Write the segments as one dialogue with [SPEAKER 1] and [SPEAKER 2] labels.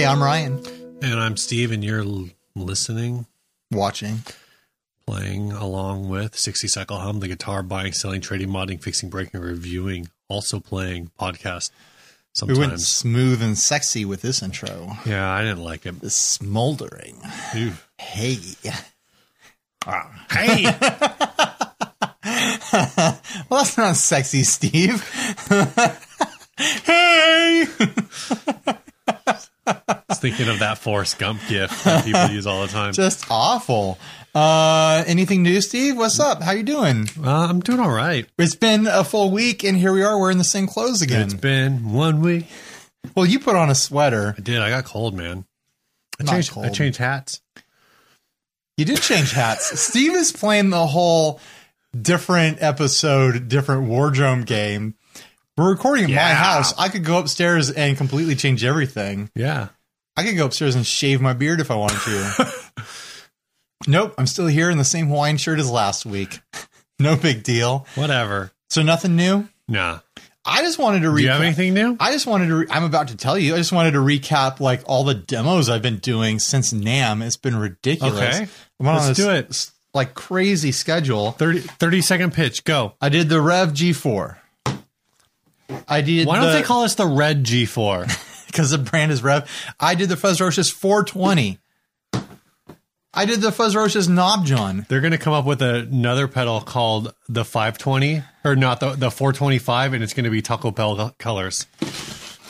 [SPEAKER 1] I'm Ryan,
[SPEAKER 2] And I'm Steve, and you're l- listening,
[SPEAKER 1] watching.
[SPEAKER 2] playing along with 60 Cycle Hum, the guitar, buying, selling, trading, modding, fixing, breaking, reviewing, also playing podcast
[SPEAKER 1] We went
[SPEAKER 2] sometimes.
[SPEAKER 1] smooth and sexy with this intro.
[SPEAKER 2] yeah, I didn't like it.
[SPEAKER 1] The smoldering.
[SPEAKER 2] Ew.
[SPEAKER 1] Hey.
[SPEAKER 2] Hey!
[SPEAKER 1] Well, that's not sexy, Steve. hey.
[SPEAKER 2] I was thinking of that Forrest Gump gift that people use all the time.
[SPEAKER 1] Just awful. Uh, anything new, Steve? What's up? How you doing?
[SPEAKER 2] Uh, I'm doing all right.
[SPEAKER 1] It's been a full week, and here we are. We're in the same clothes
[SPEAKER 2] It's
[SPEAKER 1] again.
[SPEAKER 2] been one week.
[SPEAKER 1] well, you put on a sweater.
[SPEAKER 2] I did. I got cold, man. I
[SPEAKER 1] Not
[SPEAKER 2] changed, I
[SPEAKER 1] cold.
[SPEAKER 2] changed hats.
[SPEAKER 1] You did change hats. Steve is playing the whole different episode, different wardrobe game. We're recording in my
[SPEAKER 2] Yeah.
[SPEAKER 1] house. I could go upstairs and completely change everything.
[SPEAKER 2] Yeah.
[SPEAKER 1] I could go upstairs and shave my beard if I wanted to. nope, I'm still here in the same Hawaiian shirt as last week. No big deal.
[SPEAKER 2] Whatever.
[SPEAKER 1] So nothing new.
[SPEAKER 2] Nah.
[SPEAKER 1] I just wanted to
[SPEAKER 2] Do
[SPEAKER 1] recap.
[SPEAKER 2] you have anything new?
[SPEAKER 1] I just wanted to. Re- I'm about to tell you. I just wanted to recap like all the demos I've been doing since Nam. It's been ridiculous.
[SPEAKER 2] Okay.
[SPEAKER 1] I'm on
[SPEAKER 2] Let's
[SPEAKER 1] this-
[SPEAKER 2] do it.
[SPEAKER 1] s- Like crazy schedule.
[SPEAKER 2] 30, 30 second pitch. Go.
[SPEAKER 1] I did the Rev G4. I did.
[SPEAKER 2] Why don't
[SPEAKER 1] the,
[SPEAKER 2] they call us the Red G4?
[SPEAKER 1] Because the brand is Rev. I did the Fuzzrocious 420. I did the Fuzzrocious Knob John.
[SPEAKER 2] They're going to come up with another pedal called the 520, or not the, the 425, and it's going to be Taco Bell colors.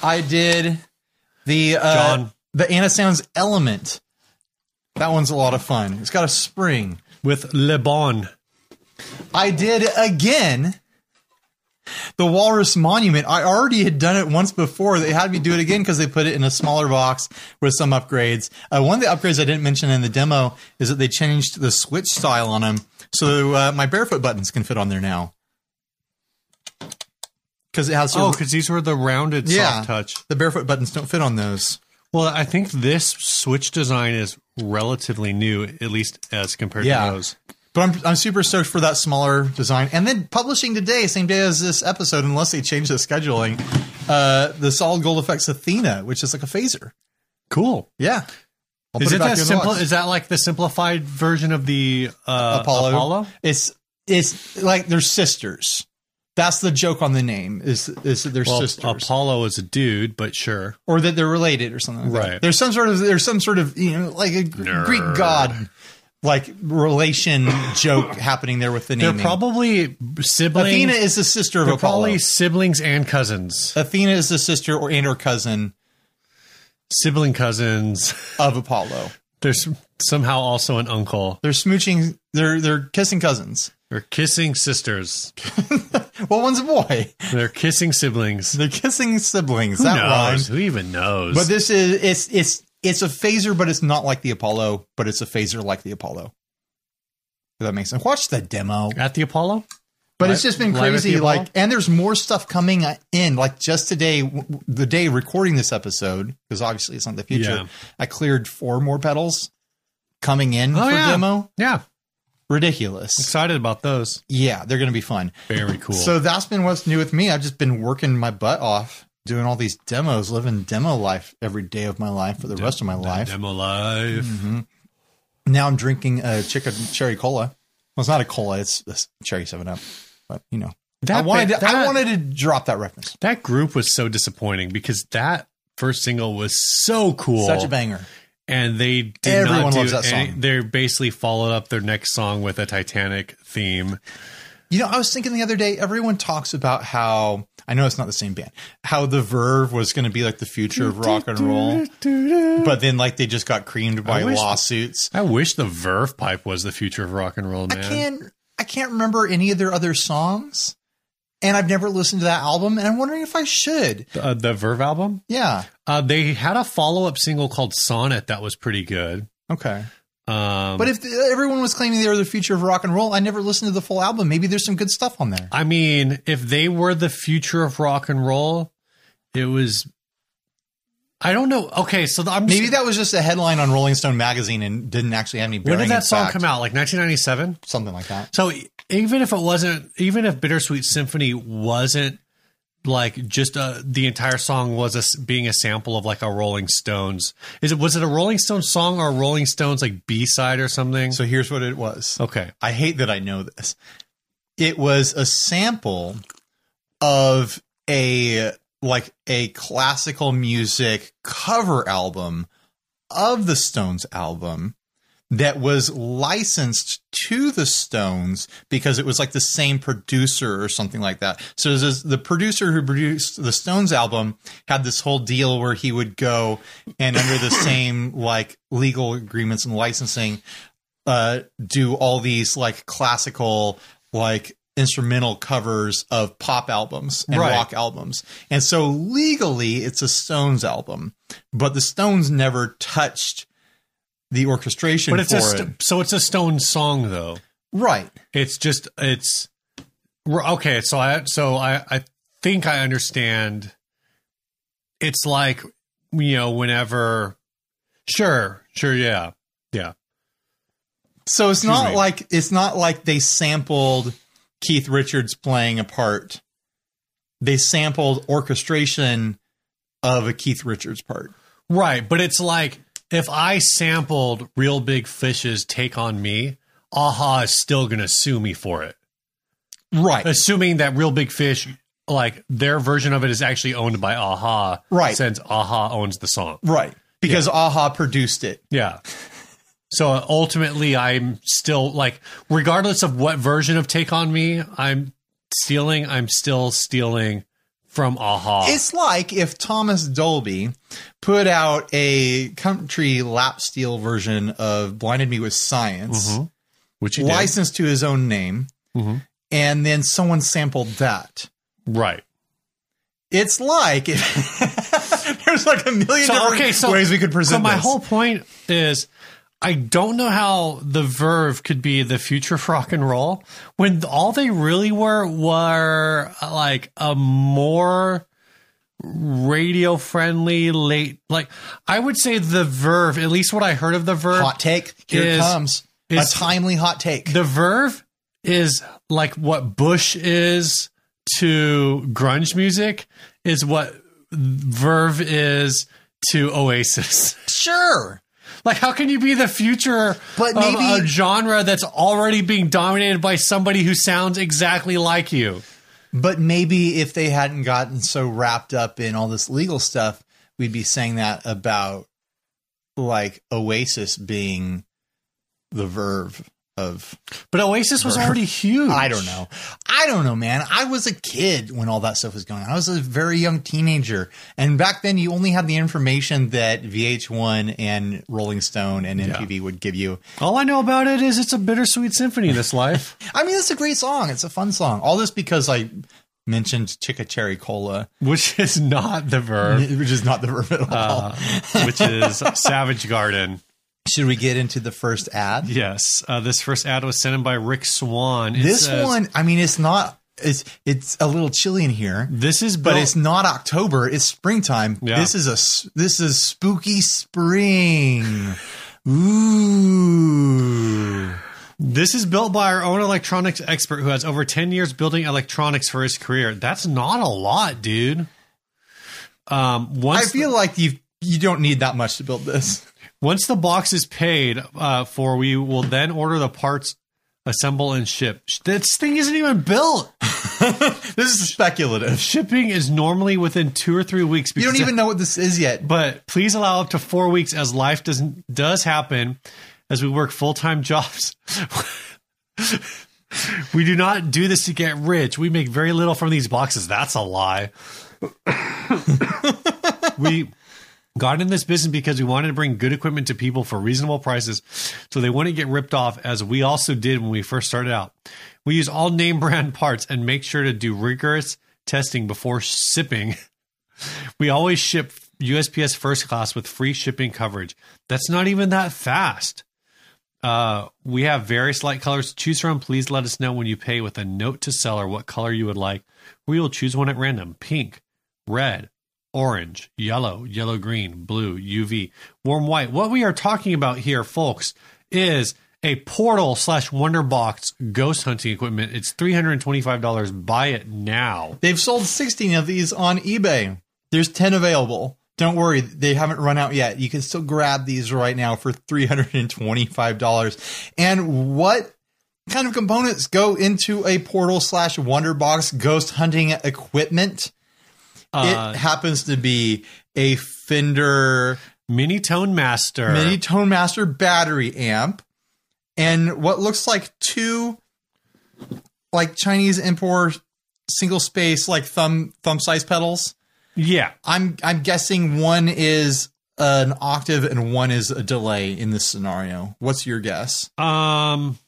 [SPEAKER 1] I did the uh,
[SPEAKER 2] John.
[SPEAKER 1] the Anasounds Element. That one's a lot of fun. It's got a spring.
[SPEAKER 2] With Le Bon.
[SPEAKER 1] I did again the Walrus Monument. I already had done it once before. They had me do it again because they put it in a smaller box with some upgrades. Uh, one of the upgrades I didn't mention in the demo is that they changed the switch style on them, so uh, my barefoot buttons can fit on there now. Because it has
[SPEAKER 2] Oh,
[SPEAKER 1] sort of-
[SPEAKER 2] because these were the rounded
[SPEAKER 1] Yeah.
[SPEAKER 2] soft touch.
[SPEAKER 1] the barefoot buttons don't fit on those.
[SPEAKER 2] Well, I think this switch design is relatively new, at least as compared
[SPEAKER 1] Yeah.
[SPEAKER 2] to those.
[SPEAKER 1] But I'm, I'm super stoked for that smaller design. And then publishing today, same day as this episode, unless they change the scheduling, uh, the Solid Gold Effects Athena, which is like a phaser.
[SPEAKER 2] Cool.
[SPEAKER 1] Yeah. I'll
[SPEAKER 2] Is
[SPEAKER 1] put
[SPEAKER 2] it
[SPEAKER 1] back
[SPEAKER 2] that
[SPEAKER 1] in the
[SPEAKER 2] simple?
[SPEAKER 1] box.
[SPEAKER 2] Is that like the simplified version of the uh, Apollo?
[SPEAKER 1] It's it's like they're sisters. That's the joke on the name is is that they're
[SPEAKER 2] Well,
[SPEAKER 1] sisters
[SPEAKER 2] Apollo is a dude, but sure.
[SPEAKER 1] or that they're related or something. Like That.
[SPEAKER 2] Right.
[SPEAKER 1] There's some sort of there's some sort of you know like a Gr- Greek
[SPEAKER 2] Nerd.
[SPEAKER 1] god like relation joke happening there with the
[SPEAKER 2] They're
[SPEAKER 1] name.
[SPEAKER 2] probably siblings.
[SPEAKER 1] Athena is the sister of
[SPEAKER 2] they're
[SPEAKER 1] Apollo.
[SPEAKER 2] probably siblings and cousins.
[SPEAKER 1] Athena is the sister or and or cousin
[SPEAKER 2] Sibling cousins.
[SPEAKER 1] of Apollo.
[SPEAKER 2] There's somehow also an uncle.
[SPEAKER 1] They're smooching. They're they're kissing cousins.
[SPEAKER 2] They're kissing sisters.
[SPEAKER 1] Well, one's a boy.
[SPEAKER 2] They're kissing siblings.
[SPEAKER 1] They're kissing siblings.
[SPEAKER 2] Who
[SPEAKER 1] that
[SPEAKER 2] knows?
[SPEAKER 1] rhymes.
[SPEAKER 2] Who even knows?
[SPEAKER 1] But this is it's it's it's a phaser, but it's not like the Apollo. But it's a phaser like the Apollo. If that makes sense. Watch the demo.
[SPEAKER 2] At the Apollo?
[SPEAKER 1] But it's just been
[SPEAKER 2] Live at
[SPEAKER 1] crazy.
[SPEAKER 2] the
[SPEAKER 1] Like,
[SPEAKER 2] Apollo?
[SPEAKER 1] and there's more stuff coming uh, in. Like just today, w- w- the day recording this episode, because obviously it's not the future.
[SPEAKER 2] Yeah.
[SPEAKER 1] I cleared four more pedals coming in
[SPEAKER 2] Oh,
[SPEAKER 1] for
[SPEAKER 2] yeah.
[SPEAKER 1] demo.
[SPEAKER 2] Yeah.
[SPEAKER 1] Ridiculous.
[SPEAKER 2] Excited about those.
[SPEAKER 1] Yeah, they're going to be fun.
[SPEAKER 2] Very cool.
[SPEAKER 1] So that's been what's new with me. I've just been working my butt off, doing all these demos, living demo life every day of my life for the rest of my life.
[SPEAKER 2] Demo life.
[SPEAKER 1] Hmm. now I'm drinking a chicken cherry cola. Well, it's not a cola; it's a s- cherry Seven Up. But you know,
[SPEAKER 2] That
[SPEAKER 1] I wanted
[SPEAKER 2] bit-
[SPEAKER 1] to, I
[SPEAKER 2] that-
[SPEAKER 1] wanted to drop that reference.
[SPEAKER 2] That group was so disappointing because that first single was so cool.
[SPEAKER 1] Such a banger.
[SPEAKER 2] And they did
[SPEAKER 1] Everyone
[SPEAKER 2] not do
[SPEAKER 1] loves that
[SPEAKER 2] any-
[SPEAKER 1] song.
[SPEAKER 2] They basically followed up their next song with a Titanic theme.
[SPEAKER 1] You know, I was thinking the other day. Everyone talks about how I know it's not the same band. How the Verve was going to be like the future of rock and roll, but then like they just got creamed by
[SPEAKER 2] wish-
[SPEAKER 1] lawsuits.
[SPEAKER 2] I wish the Verve pipe was the future of rock and roll, man.
[SPEAKER 1] I can't I can't remember any of their other songs, and I've never listened to that album, and I'm wondering if I should.
[SPEAKER 2] Uh, the Verve album?
[SPEAKER 1] Yeah.
[SPEAKER 2] Uh, they had a follow up single called Sonnet that was pretty good.
[SPEAKER 1] Okay.
[SPEAKER 2] Um,
[SPEAKER 1] But if everyone was claiming they were the future of rock and roll, I never listened to the full album. Maybe there's some good stuff on there.
[SPEAKER 2] I mean, if they were the future of rock and roll, it was. I don't know. Okay, so the, I'm
[SPEAKER 1] Maybe that was just a headline on Rolling Stone magazine and didn't actually have any.
[SPEAKER 2] when
[SPEAKER 1] bearing
[SPEAKER 2] did
[SPEAKER 1] in
[SPEAKER 2] that song
[SPEAKER 1] fact.
[SPEAKER 2] come out? Like 1997.
[SPEAKER 1] Something like that.
[SPEAKER 2] So e- even if it wasn't, even if Bittersweet Symphony wasn't like just uh, the entire song was a s being a sample of like a Rolling Stones. Is it was it a Rolling Stones song or a Rolling Stones like B side or something?
[SPEAKER 1] So here's what it was.
[SPEAKER 2] okay,
[SPEAKER 1] I hate that I know this. It was a sample of a like a classical music cover album of the Stones album that was licensed to the Stones because it was like the same producer or something like that. So this is- the producer who produced the Stones album had this whole deal where he would go and under the same like legal agreements and licensing uh, do all these like classical like instrumental covers of pop albums and
[SPEAKER 2] Right.
[SPEAKER 1] rock albums. And so legally it's a Stones album, but the Stones never touched the orchestration
[SPEAKER 2] but it's
[SPEAKER 1] for
[SPEAKER 2] a st-
[SPEAKER 1] it.
[SPEAKER 2] so it's a Stones song though.
[SPEAKER 1] Right.
[SPEAKER 2] It's just it's we're- okay. So I so I I think I understand. It's like you know whenever, sure, sure, yeah, yeah.
[SPEAKER 1] So it's
[SPEAKER 2] Excuse
[SPEAKER 1] not
[SPEAKER 2] me.
[SPEAKER 1] like it's not like they sampled Keith Richards playing a part. They sampled orchestration of a Keith Richards part.
[SPEAKER 2] Right, but it's like if I sampled Real Big Fish's Take on Me, Aha is still going to sue me for it.
[SPEAKER 1] Right.
[SPEAKER 2] Assuming that Real Big Fish like their version of it is actually owned by Aha,
[SPEAKER 1] Right.
[SPEAKER 2] Since Aha owns the song,
[SPEAKER 1] Right. Because Aha produced it.
[SPEAKER 2] yeah. So ultimately, I'm still like, regardless of what version of Take on Me I'm stealing, I'm still stealing from Aha.
[SPEAKER 1] It's like if Thomas Dolby put out a country lap steel version of Blinded Me with Science,
[SPEAKER 2] Mhm. which you did.
[SPEAKER 1] licensed to his own name,
[SPEAKER 2] Mhm.
[SPEAKER 1] and then someone sampled that.
[SPEAKER 2] right?
[SPEAKER 1] It's like if, there's like a million different ways we could present.
[SPEAKER 2] So my
[SPEAKER 1] this.
[SPEAKER 2] whole point is, I don't know how the Verve could be the future of rock and roll when all they really were were uh, like a more radio friendly late. Like I would say the Verve, at least what I heard of the Verve,
[SPEAKER 1] hot take here
[SPEAKER 2] is-
[SPEAKER 1] it comes a
[SPEAKER 2] is-
[SPEAKER 1] timely hot take.
[SPEAKER 2] the Verve is like what Bush is to grunge music is what Verve is to Oasis.
[SPEAKER 1] sure,
[SPEAKER 2] Like, how can you be the future
[SPEAKER 1] But
[SPEAKER 2] of
[SPEAKER 1] maybe-
[SPEAKER 2] a genre that's already being dominated by somebody who sounds exactly like you?
[SPEAKER 1] but maybe if they hadn't gotten so wrapped up in all this legal stuff, we'd be saying that about like Oasis being the verve of
[SPEAKER 2] But Oasis was already huge.
[SPEAKER 1] I don't know. I don't know, man. I was a kid when all that stuff was going on. I was a very young teenager. And back then, you only had the information that VH1 and Rolling Stone and MTV would give you.
[SPEAKER 2] All I know about it is it's a bittersweet symphony. This life.
[SPEAKER 1] I mean, it's a great song. It's a fun song. All this because I mentioned Chicka Cherry Cola,
[SPEAKER 2] which is not the verb.
[SPEAKER 1] which is not the verb at all.
[SPEAKER 2] Uh, which is Savage Garden.
[SPEAKER 1] Should we get into the first ad?
[SPEAKER 2] Yes. Uh, this first ad was sent in by Rick Swan. It
[SPEAKER 1] this
[SPEAKER 2] says-
[SPEAKER 1] one, I mean, it's not. It's it's a little chilly in here.
[SPEAKER 2] This is
[SPEAKER 1] But
[SPEAKER 2] built-
[SPEAKER 1] it's not October. It's springtime.
[SPEAKER 2] Yeah.
[SPEAKER 1] This is a s- this is spooky spring. Ooh.
[SPEAKER 2] This is built by our own electronics expert who has over 10 years building electronics for his career. That's not a lot, dude.
[SPEAKER 1] I
[SPEAKER 2] Um, once
[SPEAKER 1] feel like you you don't need that much to build this.
[SPEAKER 2] Once the box is paid uh, for, we will then order the parts, assemble, and ship. Sh- This thing isn't even built.
[SPEAKER 1] This is speculative.
[SPEAKER 2] Shipping is normally within two or three weeks.
[SPEAKER 1] You
[SPEAKER 2] because
[SPEAKER 1] don't even know what this is yet.
[SPEAKER 2] But please allow up to four weeks as life doesn't does happen, as we work full time jobs. we do not do this to get rich. We make very little from these boxes. That's a lie. we got in this business because we wanted to bring good equipment to people for reasonable prices so they wouldn't get ripped off as we also did when we first started out we use all name brand parts and make sure to do rigorous testing before shipping we always ship usps first class with free shipping coverage that's not even that fast uh, we have various light colors to choose from. Please let us know when you pay with a note to seller what color you would like. We will choose one at random pink, red, orange, yellow, yellow green, blue, UV, warm white. What we are talking about here, folks, is a portal slash wonder box ghost hunting equipment. It's three hundred and twenty five dollars. Buy it now.
[SPEAKER 1] They've sold 16 of these on eBay. There's 10 available. Don't worry, they haven't run out yet. You can still grab these right now for $325. And what kind of components go into a portal slash wonder box ghost hunting equipment?
[SPEAKER 2] Uh,
[SPEAKER 1] it happens to be a Fender
[SPEAKER 2] Mini Tone Master.
[SPEAKER 1] Mini Tone Master battery amp and what looks like two like Chinese import single space like thumb thumb size pedals.
[SPEAKER 2] yeah.
[SPEAKER 1] I'm I'm guessing one is an octave and one is a delay in this scenario. What's your guess?
[SPEAKER 2] Um,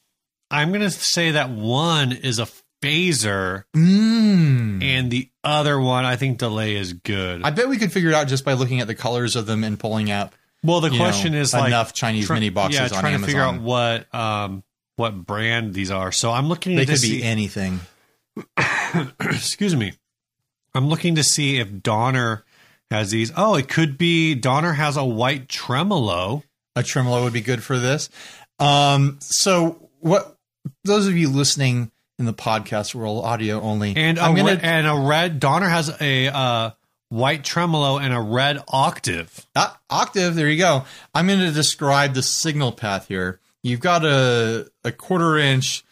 [SPEAKER 2] I'm gonna say that one is a phaser,
[SPEAKER 1] Mm. Mmm.
[SPEAKER 2] and the other one I think delay is good.
[SPEAKER 1] I bet we could figure it out just by looking at the colors of them and pulling up.
[SPEAKER 2] well, the
[SPEAKER 1] you
[SPEAKER 2] question
[SPEAKER 1] know,
[SPEAKER 2] is like
[SPEAKER 1] enough Chinese
[SPEAKER 2] try-
[SPEAKER 1] mini boxes
[SPEAKER 2] yeah,
[SPEAKER 1] on
[SPEAKER 2] trying to figure out
[SPEAKER 1] Amazon.
[SPEAKER 2] what um what brand these are. So I'm looking
[SPEAKER 1] They
[SPEAKER 2] to
[SPEAKER 1] could
[SPEAKER 2] see,
[SPEAKER 1] be anything.
[SPEAKER 2] excuse me. I'm looking to see if Donner has these. Oh, it could be Donner has a white tremolo.
[SPEAKER 1] a tremolo would be good for this. Um, so what those of you listening in the podcast world, audio only,
[SPEAKER 2] And a,
[SPEAKER 1] I'm gonna
[SPEAKER 2] re- and a red Donner has a uh, white tremolo and a red octave.
[SPEAKER 1] ah, octave. There you go. I'm going to describe the signal path here. You've got a a quarter inch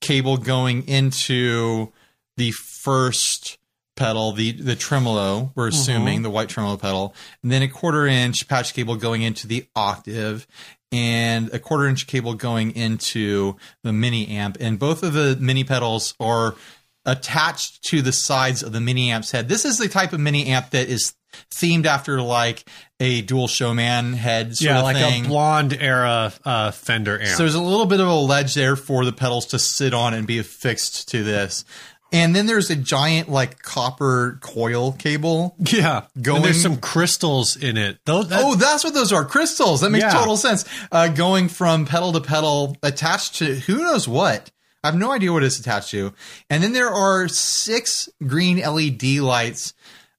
[SPEAKER 1] cable going into the first pedal, the the tremolo.
[SPEAKER 2] Mm-hmm.
[SPEAKER 1] We're assuming the white tremolo pedal, and then a quarter inch patch cable going into the octave, and a quarter inch cable going into the mini amp. And both of the mini pedals are attached to the sides of the mini amp's head. This is the type of mini amp that is themed after like a dual showman head sort of
[SPEAKER 2] like
[SPEAKER 1] thing.
[SPEAKER 2] a blonde era uh, Fender amp.
[SPEAKER 1] So there's a little bit of a ledge there for the pedals to sit on and be affixed to this. And then there's a giant like copper coil cable.
[SPEAKER 2] yeah,
[SPEAKER 1] going-
[SPEAKER 2] and there's some crystals in it. Those, that-
[SPEAKER 1] Oh, that's what those are. Crystals. That makes
[SPEAKER 2] Yeah.
[SPEAKER 1] total sense. Uh, going from pedal to pedal attached to who knows what. I have no idea what it's attached to. And then there are six green LED lights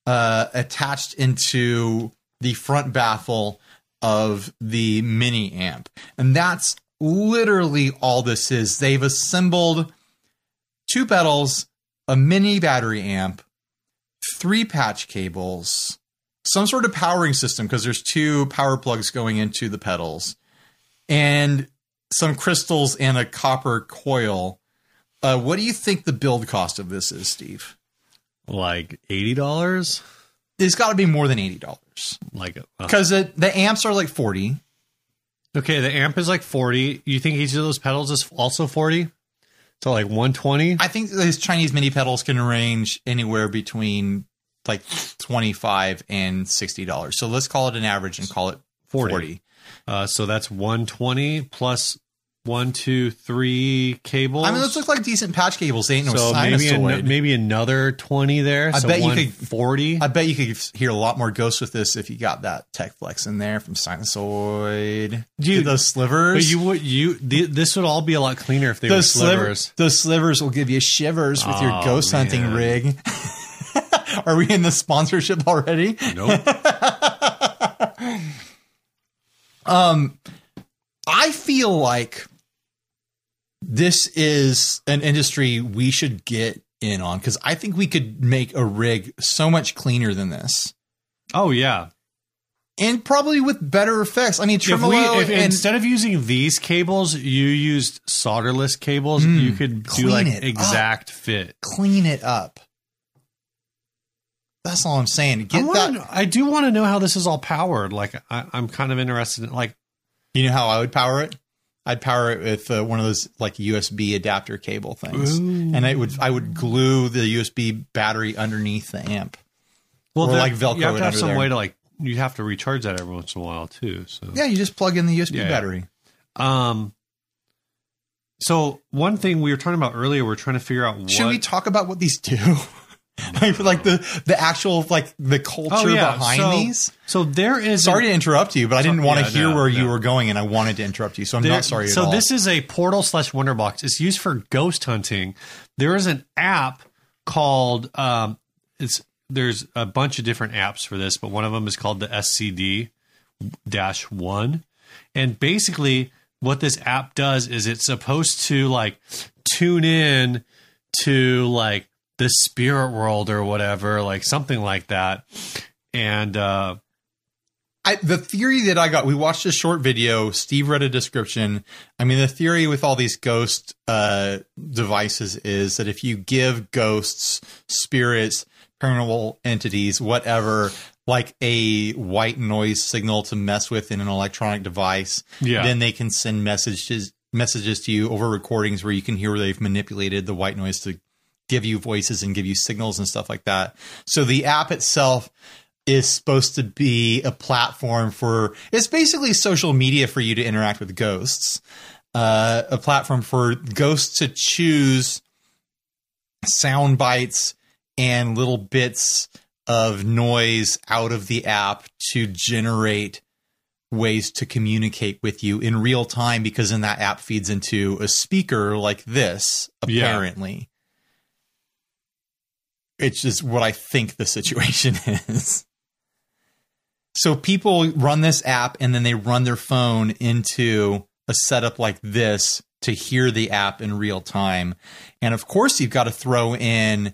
[SPEAKER 1] uh, attached into the front baffle of the mini amp. And that's literally all this is. They've assembled two pedals, a mini battery amp, three patch cables, some sort of powering system because there's two power plugs going into the pedals, and some crystals and a copper coil. Uh, what do you think the build cost of this is, Steve? Oh.
[SPEAKER 2] like eighty dollars.
[SPEAKER 1] It's got to be more than eighty dollars
[SPEAKER 2] Like uh,
[SPEAKER 1] because the amps are like forty.
[SPEAKER 2] okay, the amp is like forty. You think each of those pedals is also forty? So like one twenty.
[SPEAKER 1] I think these Chinese mini pedals can range anywhere between like twenty five and sixty dollars. So let's call it an average and call it
[SPEAKER 2] 40.
[SPEAKER 1] forty.
[SPEAKER 2] Uh, so that's 120 plus one, two, three cables.
[SPEAKER 1] I mean, those look like decent patch cables. They ain't no
[SPEAKER 2] so maybe
[SPEAKER 1] sinusoid.
[SPEAKER 2] an, maybe another 20 there.
[SPEAKER 1] I
[SPEAKER 2] so
[SPEAKER 1] bet you could-
[SPEAKER 2] 140.
[SPEAKER 1] I bet you could hear a lot more ghosts with this if you got that Tech Flex in there from Sinusoid.
[SPEAKER 2] Dude,
[SPEAKER 1] Dude, those slivers.
[SPEAKER 2] but you would you th- this would all be a lot cleaner if they were
[SPEAKER 1] those
[SPEAKER 2] slivers.
[SPEAKER 1] slivers. Those slivers will give you shivers with your
[SPEAKER 2] Oh,
[SPEAKER 1] ghost hunting
[SPEAKER 2] man.
[SPEAKER 1] rig. Are we in the sponsorship already?
[SPEAKER 2] Nope.
[SPEAKER 1] Um, I feel like this is an industry we should get in on because I think we could make a rig so much cleaner than this.
[SPEAKER 2] oh yeah.
[SPEAKER 1] And probably with better effects. I mean,
[SPEAKER 2] If
[SPEAKER 1] tremolo
[SPEAKER 2] we if
[SPEAKER 1] and
[SPEAKER 2] instead of using these cables, you used solderless cables, you could do
[SPEAKER 1] clean
[SPEAKER 2] like
[SPEAKER 1] it up.
[SPEAKER 2] exact fit.
[SPEAKER 1] clean it up. That's all I'm saying.
[SPEAKER 2] I,
[SPEAKER 1] Get
[SPEAKER 2] wanna
[SPEAKER 1] that.
[SPEAKER 2] know- I do want to know how this is all powered. Like I, I'm kind of interested in like
[SPEAKER 1] You know how I would power it? I'd power it with uh, one of those like USB adapter cable things,
[SPEAKER 2] Ooh.
[SPEAKER 1] and I would I would glue the USB battery underneath the amp.
[SPEAKER 2] well,
[SPEAKER 1] Or
[SPEAKER 2] there-
[SPEAKER 1] like Velcro
[SPEAKER 2] You have
[SPEAKER 1] it
[SPEAKER 2] to have
[SPEAKER 1] under
[SPEAKER 2] some
[SPEAKER 1] there.
[SPEAKER 2] way to like you have to recharge that every once in a while too. So
[SPEAKER 1] Yeah, you just plug in the USB
[SPEAKER 2] Yeah.
[SPEAKER 1] battery.
[SPEAKER 2] Um. So one thing we were talking about earlier, we are trying to figure out what.
[SPEAKER 1] Should we talk about what these do? like, like the the actual like the culture
[SPEAKER 2] oh yeah,
[SPEAKER 1] behind
[SPEAKER 2] so,
[SPEAKER 1] these.
[SPEAKER 2] So there is.
[SPEAKER 1] Sorry to interrupt you, but I didn't want to
[SPEAKER 2] yeah,
[SPEAKER 1] hear
[SPEAKER 2] no,
[SPEAKER 1] where you
[SPEAKER 2] no.
[SPEAKER 1] were going, and I wanted to interrupt you, so I'm
[SPEAKER 2] there-
[SPEAKER 1] not sorry at
[SPEAKER 2] so
[SPEAKER 1] all.
[SPEAKER 2] this is a portal slash wonder box. It's used for ghost hunting. There is an app called. Um, it's there's a bunch of different apps for this, but one of them is called the SCD dash one, and basically what this app does is it's supposed to like tune in to like the spirit world or whatever, like something like that. And uh
[SPEAKER 1] I, the theory that I got, we watched a short video. Steve read a description. I mean, the theory with all these ghost uh, devices is that if you give ghosts, spirits, paranormal entities, whatever, like a white noise signal to mess with in an electronic device,
[SPEAKER 2] Yeah.
[SPEAKER 1] then they can send messages messages to you over recordings where you can hear where they've manipulated the white noise to give you voices and give you signals and stuff like that. So the app itself is supposed to be a platform for it's basically social media for you to interact with ghosts. Uh, a platform for ghosts to choose sound bites and little bits of noise out of the app to generate ways to communicate with you in real time because then that app feeds into a speaker like this
[SPEAKER 2] Yeah.
[SPEAKER 1] apparently it's just what i think the situation is so people run this app and then they run their phone into a setup like this to hear the app in real time and of course you've got to throw in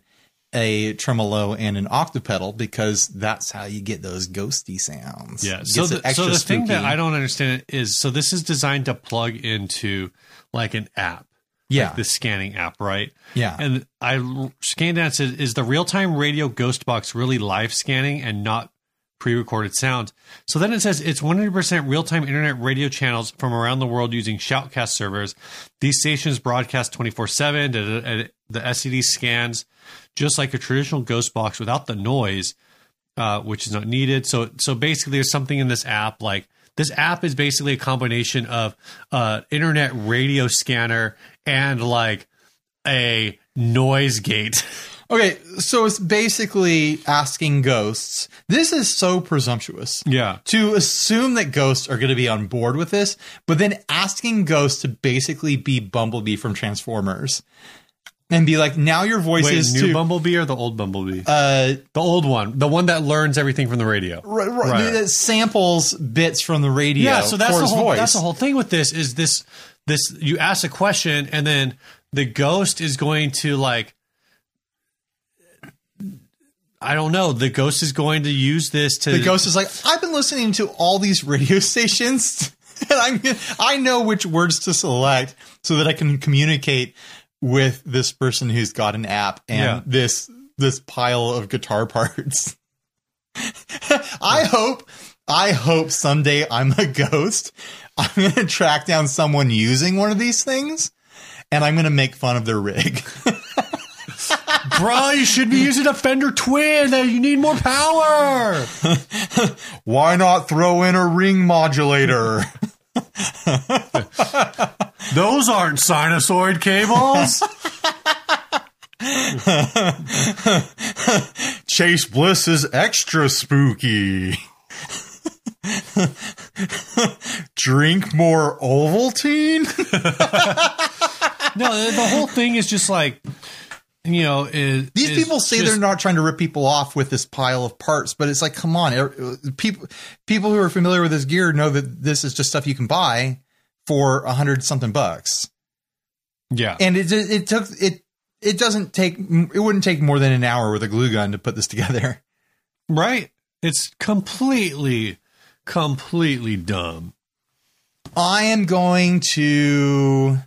[SPEAKER 1] a tremolo and an octopedal because that's how you get those ghosty sounds.
[SPEAKER 2] yeah.
[SPEAKER 1] It
[SPEAKER 2] So
[SPEAKER 1] gets it
[SPEAKER 2] the, so the
[SPEAKER 1] extra
[SPEAKER 2] thing that
[SPEAKER 1] spooky.
[SPEAKER 2] I don't understand is so this is designed to plug into like an app,
[SPEAKER 1] yeah
[SPEAKER 2] the scanning app, right?
[SPEAKER 1] yeah
[SPEAKER 2] And I l- scanned down. It says, is the real time radio ghost box really live scanning and not pre recorded sound? So then it says it's 100% real time internet radio channels from around the world using Shoutcast servers. These stations broadcast 24 7. The SCD scans just like a traditional ghost box without the noise, uh, which is not needed. So, so basically, there's something in this app like this app is basically a combination of uh, internet radio scanner and like a noise gate.
[SPEAKER 1] okay, so it's basically asking ghosts. This is so presumptuous.
[SPEAKER 2] Yeah.
[SPEAKER 1] to assume that ghosts are going to be on board with this, but then asking ghosts to basically be Bumblebee from Transformers and be like, now your voice
[SPEAKER 2] Wait,
[SPEAKER 1] is
[SPEAKER 2] new
[SPEAKER 1] to.
[SPEAKER 2] Bumblebee or the old Bumblebee?
[SPEAKER 1] uh,
[SPEAKER 2] the old one, the one that learns everything from the radio.
[SPEAKER 1] r- r-
[SPEAKER 2] Right.
[SPEAKER 1] that samples bits from the radio.
[SPEAKER 2] Yeah, so that's
[SPEAKER 1] for
[SPEAKER 2] the
[SPEAKER 1] his
[SPEAKER 2] whole
[SPEAKER 1] voice.
[SPEAKER 2] that's the whole thing with this is this this you ask a question and then the ghost is going to like I don't know, the ghost is going to use this to
[SPEAKER 1] The ghost is like, I've been listening to all these radio stations, and I'm I know which words to select so that I can communicate with this person who's got an app and
[SPEAKER 2] Yeah.
[SPEAKER 1] this this pile of guitar parts. I hope I hope someday I'm a ghost. I'm going to track down someone using one of these things and I'm going to make fun of their rig.
[SPEAKER 2] Bro, you should be using a Fender Twin. uh, You need more power.
[SPEAKER 1] Why not throw in a ring modulator?
[SPEAKER 2] Those aren't sinusoid cables.
[SPEAKER 1] Chase Bliss is extra spooky. Drink more Ovaltine?
[SPEAKER 2] no, the the whole thing is just like, you know, is,
[SPEAKER 1] These
[SPEAKER 2] is
[SPEAKER 1] people say
[SPEAKER 2] just-
[SPEAKER 1] they're not trying to rip people off with this pile of parts, but it's like, come on, er- people people who are familiar with this gear know that this is just stuff you can buy for a hundred something bucks,
[SPEAKER 2] yeah,
[SPEAKER 1] and it it took it it doesn't take it wouldn't take more than an hour with a glue gun to put this together.
[SPEAKER 2] right. It's completely, completely dumb.
[SPEAKER 1] I am going to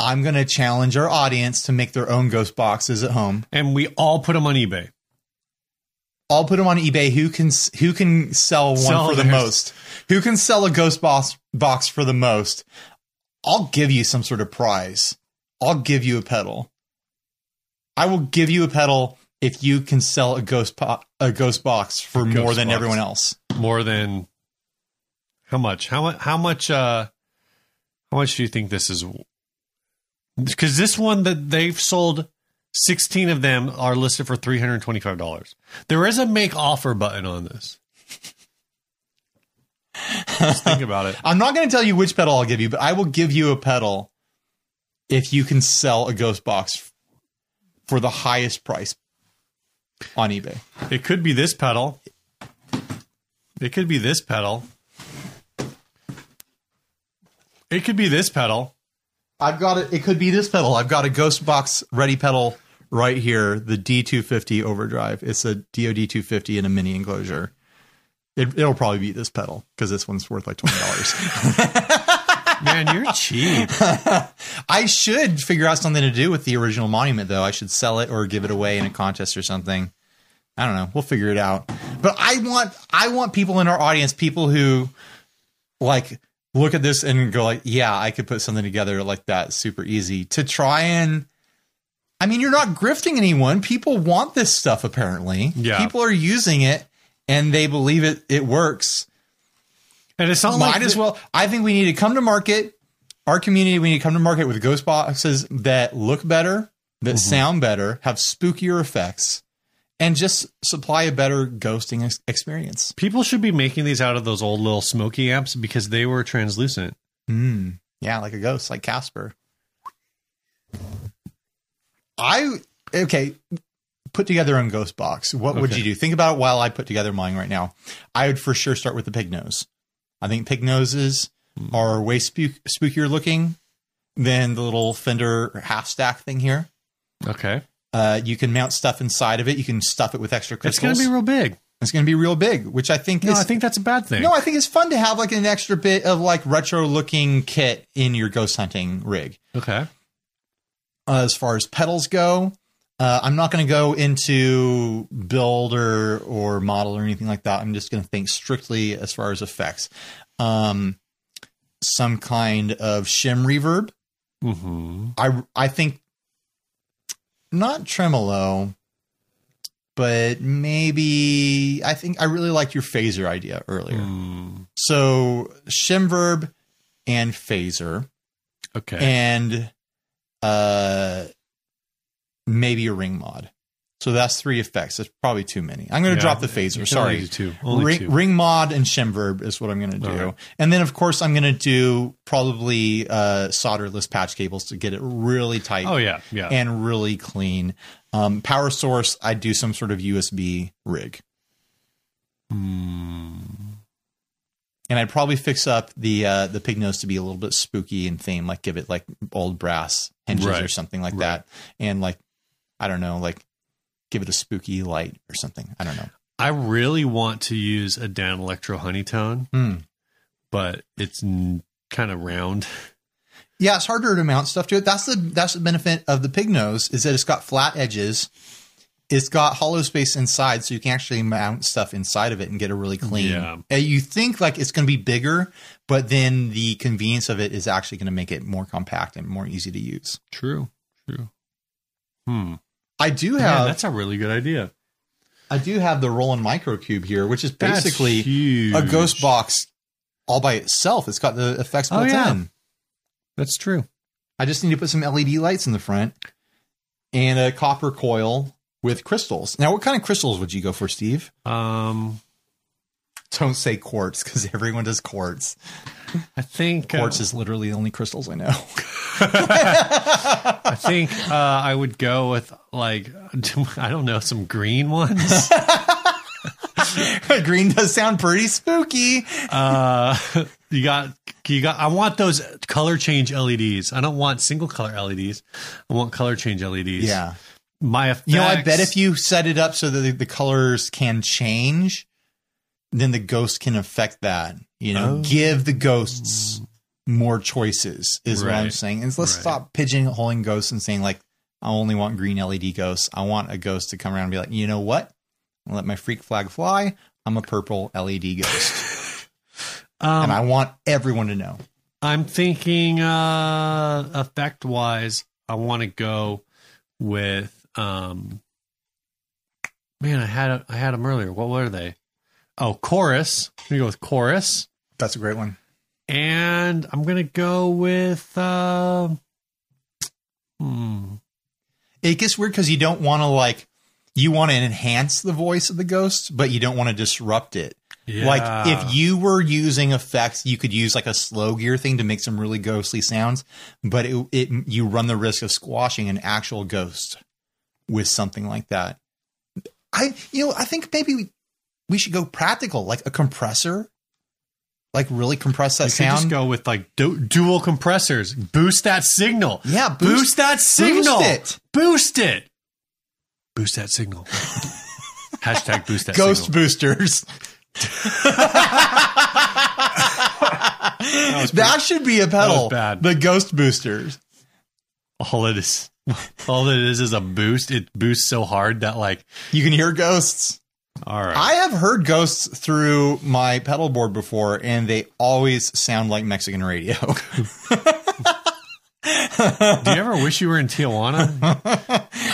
[SPEAKER 1] I'm going to challenge our audience to make their own ghost boxes at home.
[SPEAKER 2] And we all put them on eBay.
[SPEAKER 1] I'll put them on eBay. Who can s- who can sell one
[SPEAKER 2] Sell
[SPEAKER 1] for the
[SPEAKER 2] theirs.
[SPEAKER 1] most? Who can sell a ghost box box for the most? I'll give you some sort of prize. I'll give you a pedal. I will give you a pedal if you can sell a ghost po- a ghost box for
[SPEAKER 2] Ghost
[SPEAKER 1] more than
[SPEAKER 2] box.
[SPEAKER 1] everyone else.
[SPEAKER 2] More than how much? How much? How much? Uh, how much do you think this is? Because this one that they've sold. 16 of them are listed for $325. There is a make offer button on this. Just think about it.
[SPEAKER 1] I'm not going to tell you which pedal I'll give you, but I will give you a pedal if you can sell a ghost box f- for the highest price on eBay.
[SPEAKER 2] It could be this pedal. It could be this pedal. It could be this pedal.
[SPEAKER 1] I've got it. It could be this pedal. I've got a Ghost Box ready pedal right here, the D250 Overdrive. It's a DoD 250 in a mini enclosure. It, it'll probably be this pedal because this one's worth like twenty dollars.
[SPEAKER 2] Man, you're cheap.
[SPEAKER 1] I should figure out something to do with the original monument, though. I should sell it or give it away in a contest or something. I don't know. We'll figure it out. But I want I want people in our audience, people who like look at this and go like, yeah, I could put something together like that super easy to try and I mean, you're not grifting anyone. People want this stuff apparently.
[SPEAKER 2] Yeah.
[SPEAKER 1] People are using it and they believe it it works.
[SPEAKER 2] And it's not
[SPEAKER 1] Might
[SPEAKER 2] like
[SPEAKER 1] as well. I think we need to come to market. Our community, we need to come to market with ghost boxes that look better,
[SPEAKER 2] Mm-hmm.
[SPEAKER 1] that sound better, have spookier effects, and just supply a better ghosting ex- experience.
[SPEAKER 2] People should be making these out of those old little smoky amps because they were translucent.
[SPEAKER 1] Mm. Yeah, like a ghost, like Casper. I okay. Put together on ghost box. What would
[SPEAKER 2] Okay.
[SPEAKER 1] you do? Think about it while I put together mine right now. I would for sure start with the pig nose. I think pig noses
[SPEAKER 2] Mm.
[SPEAKER 1] are way spook, spookier looking than the little Fender half stack thing here.
[SPEAKER 2] Okay.
[SPEAKER 1] Uh, you can mount stuff inside of it. You can stuff it with extra
[SPEAKER 2] It's
[SPEAKER 1] crystals.
[SPEAKER 2] going to be real big.
[SPEAKER 1] It's going to be real big, which I think
[SPEAKER 2] No,
[SPEAKER 1] is
[SPEAKER 2] I think that's a bad thing.
[SPEAKER 1] no, I think it's fun to have like an extra bit of like retro looking kit in your ghost hunting rig.
[SPEAKER 2] okay.
[SPEAKER 1] Uh, as far as pedals go, uh, I'm not going to go into build or, or model or anything like that. I'm just going to think strictly as far as effects. Um, some kind of shim reverb.
[SPEAKER 2] Mm-hmm.
[SPEAKER 1] I, I think not tremolo, but maybe I think I really liked your phaser idea earlier. Mm-hmm. So Shimverb and Phaser
[SPEAKER 2] Okay.
[SPEAKER 1] and uh maybe a ring mod. So that's three effects. That's probably too many. I'm going to
[SPEAKER 2] Yeah,
[SPEAKER 1] drop the
[SPEAKER 2] You
[SPEAKER 1] phaser.
[SPEAKER 2] can only do
[SPEAKER 1] Sorry.
[SPEAKER 2] two. Only
[SPEAKER 1] Ring,
[SPEAKER 2] two.
[SPEAKER 1] ring mod and shimverb is what I'm going to do.
[SPEAKER 2] Alright.
[SPEAKER 1] And then of course I'm going to do probably uh solderless patch cables to get it really tight
[SPEAKER 2] Oh yeah, yeah.
[SPEAKER 1] and really clean. Um power source, I do some sort of USB rig.
[SPEAKER 2] Mm.
[SPEAKER 1] and I'd probably fix up the uh, the pig nose to be a little bit spooky and theme, like give it like old brass hinges or
[SPEAKER 2] Right.
[SPEAKER 1] something like
[SPEAKER 2] Right.
[SPEAKER 1] that, and like I don't know, like give it a spooky light or something. I don't know.
[SPEAKER 2] I really want to use a Dan Electro Honeytone,
[SPEAKER 1] Hmm.
[SPEAKER 2] but it's n- kind of round.
[SPEAKER 1] Yeah, it's harder to mount stuff to it. That's the that's the benefit of the pig nose is that it's got flat edges. It's got hollow space inside, so you can actually mount stuff inside of it and get a really clean.
[SPEAKER 2] Yeah.
[SPEAKER 1] Uh, You think like it's going to be bigger, but then the convenience of it is actually going to make it more compact and more easy to use.
[SPEAKER 2] True. True. Hmm.
[SPEAKER 1] I do have
[SPEAKER 2] Man, that's a really good idea.
[SPEAKER 1] I do have the Roland microcube here, which is
[SPEAKER 2] That's
[SPEAKER 1] basically
[SPEAKER 2] huge.
[SPEAKER 1] a ghost box all by itself. It's got the effects
[SPEAKER 2] Oh,
[SPEAKER 1] built
[SPEAKER 2] yeah.
[SPEAKER 1] in.
[SPEAKER 2] That's true.
[SPEAKER 1] I just need to put some LED lights in the front and a copper coil with crystals. Now, what kind of crystals would you go for, Steve?
[SPEAKER 2] Um,
[SPEAKER 1] Don't say quartz because everyone does quartz.
[SPEAKER 2] I think uh,
[SPEAKER 1] Quartz is literally the only crystals I know.
[SPEAKER 2] I think uh, I would go with like I don't know some green ones.
[SPEAKER 1] Green does sound pretty spooky.
[SPEAKER 2] Uh, you got you got. I want those color change LEDs. I don't want single color LEDs. I want color change LEDs.
[SPEAKER 1] Yeah.
[SPEAKER 2] my effects.
[SPEAKER 1] You know, I bet if you set it up so that the, the colors can change, then the ghost can affect that. You know,
[SPEAKER 2] Oh.
[SPEAKER 1] give the ghosts more choices is what I'm
[SPEAKER 2] Right.
[SPEAKER 1] saying. And let's
[SPEAKER 2] Right.
[SPEAKER 1] stop pigeonholing ghosts and saying like, I only want green LED ghosts. I want a ghost to come around and be like, you know what? I'll let my freak flag fly. I'm a purple LED ghost, and
[SPEAKER 2] um,
[SPEAKER 1] I want everyone to know.
[SPEAKER 2] I'm thinking uh, effect wise. I want to go with um. Man, I had a, I had them earlier. What were they? Oh, chorus. I'm gonna go with chorus.
[SPEAKER 1] That's a great one.
[SPEAKER 2] and I'm gonna go with uh, hmm,
[SPEAKER 1] It gets weird because you don't want to like, you want to enhance the voice of the ghost, but you don't want to disrupt it. Like if you were using effects, you could use like a slow gear thing to make some really ghostly sounds, but it, it you run the risk of squashing an actual ghost with something like that. I you know I think maybe we, we should go practical, like a compressor like really compress that
[SPEAKER 2] You could just
[SPEAKER 1] sound.
[SPEAKER 2] go with like du- dual compressors. Boost that signal.
[SPEAKER 1] Yeah,
[SPEAKER 2] boost,
[SPEAKER 1] boost-
[SPEAKER 2] that signal.
[SPEAKER 1] it.
[SPEAKER 2] Boost it. Boost that signal. Hashtag boost that
[SPEAKER 1] Ghost
[SPEAKER 2] signal.
[SPEAKER 1] boosters.
[SPEAKER 2] was
[SPEAKER 1] that,
[SPEAKER 2] pretty-
[SPEAKER 1] should be a pedal.
[SPEAKER 2] bad.
[SPEAKER 1] The ghost boosters.
[SPEAKER 2] All it is, all it is, is a boost. It boosts so hard that like,
[SPEAKER 1] You can hear ghosts.
[SPEAKER 2] all right,
[SPEAKER 1] I have heard ghosts through my pedal board before, and they always sound like Mexican radio.
[SPEAKER 2] Do you ever wish you were in Tijuana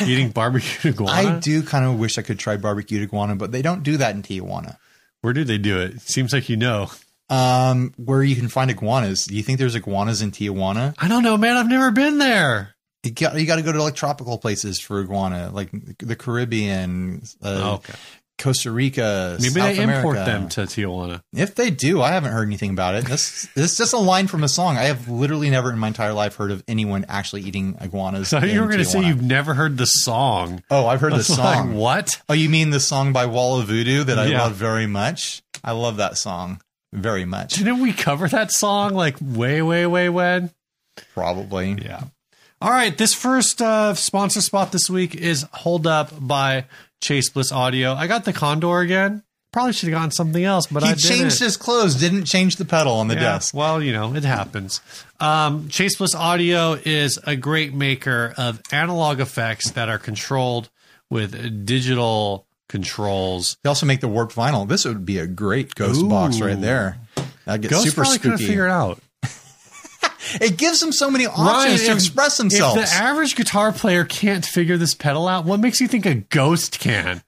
[SPEAKER 2] eating barbecue iguana?
[SPEAKER 1] I do kind of wish I could try barbecue iguana, but they don't do that in Tijuana.
[SPEAKER 2] Where do they do it? Seems like you know.
[SPEAKER 1] Um, where you can find iguanas? Do you think there's iguanas in Tijuana?
[SPEAKER 2] I don't know, man. I've never been there.
[SPEAKER 1] You got, you got to go to like tropical places for iguana, like the Caribbean, uh,
[SPEAKER 2] okay.
[SPEAKER 1] Costa Rica.
[SPEAKER 2] Maybe
[SPEAKER 1] South
[SPEAKER 2] they import
[SPEAKER 1] America.
[SPEAKER 2] them to Tijuana.
[SPEAKER 1] If they do, I haven't heard anything about it. This this is just a line from a song. I have literally never in my entire life heard of anyone actually eating iguanas.
[SPEAKER 2] So you
[SPEAKER 1] in
[SPEAKER 2] were going to say
[SPEAKER 1] Tijuana.
[SPEAKER 2] you've never heard the song.
[SPEAKER 1] Oh, I've heard the
[SPEAKER 2] It's like,
[SPEAKER 1] song.
[SPEAKER 2] what?
[SPEAKER 1] oh, you mean the song by Walla Voodoo that I
[SPEAKER 2] Yeah.
[SPEAKER 1] love very much? I love that song very much.
[SPEAKER 2] Didn't we cover that song like way, way, way when?
[SPEAKER 1] Probably.
[SPEAKER 2] Yeah. All right. This first uh, sponsor spot this week is Hold Up by Chase Bliss Audio. I got the Condor again. Probably should have gotten something else, but I
[SPEAKER 1] He
[SPEAKER 2] didn't.
[SPEAKER 1] changed his clothes, didn't change the pedal on the
[SPEAKER 2] Yeah,
[SPEAKER 1] desk.
[SPEAKER 2] Well, you know, it happens. Um, Chase Bliss Audio is a great maker of analog effects that are controlled with digital controls.
[SPEAKER 1] They also make the warped vinyl. This would be a great ghost
[SPEAKER 2] Ooh.
[SPEAKER 1] box right there. That gets
[SPEAKER 2] Ghost
[SPEAKER 1] super
[SPEAKER 2] probably couldn't
[SPEAKER 1] spooky.
[SPEAKER 2] figure it out.
[SPEAKER 1] It gives them so many options to
[SPEAKER 2] if-
[SPEAKER 1] express themselves.
[SPEAKER 2] If the average guitar player can't figure this pedal out, what makes you think a ghost can?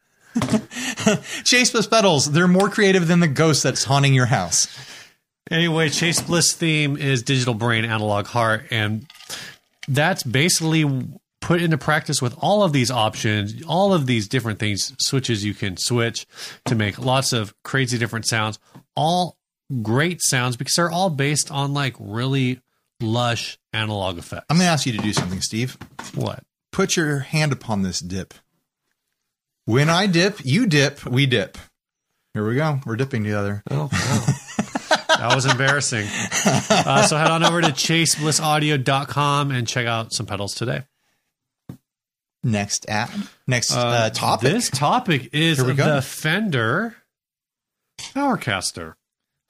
[SPEAKER 1] Chase Bliss pedals, they're more creative than the ghost that's haunting your house.
[SPEAKER 2] Anyway, Chase Bliss theme is digital brain, analog heart, and that's basically put into practice with all of these options, all of these different things, switches you can switch to make lots of crazy different sounds, all great sounds because they're all based on like really lush analog effects.
[SPEAKER 1] I'm going to ask you to do something, Steve.
[SPEAKER 2] what?
[SPEAKER 1] Put your hand upon this dip. When I dip, you dip, we dip. Here we go. We're dipping together.
[SPEAKER 2] Oh, wow. that was embarrassing. Uh, so head on over to chaseblissaudio.com and check out some pedals today.
[SPEAKER 1] Next ad. Next uh,
[SPEAKER 2] Uh,
[SPEAKER 1] topic.
[SPEAKER 2] This topic is
[SPEAKER 1] Here we go.
[SPEAKER 2] the Fender Powercaster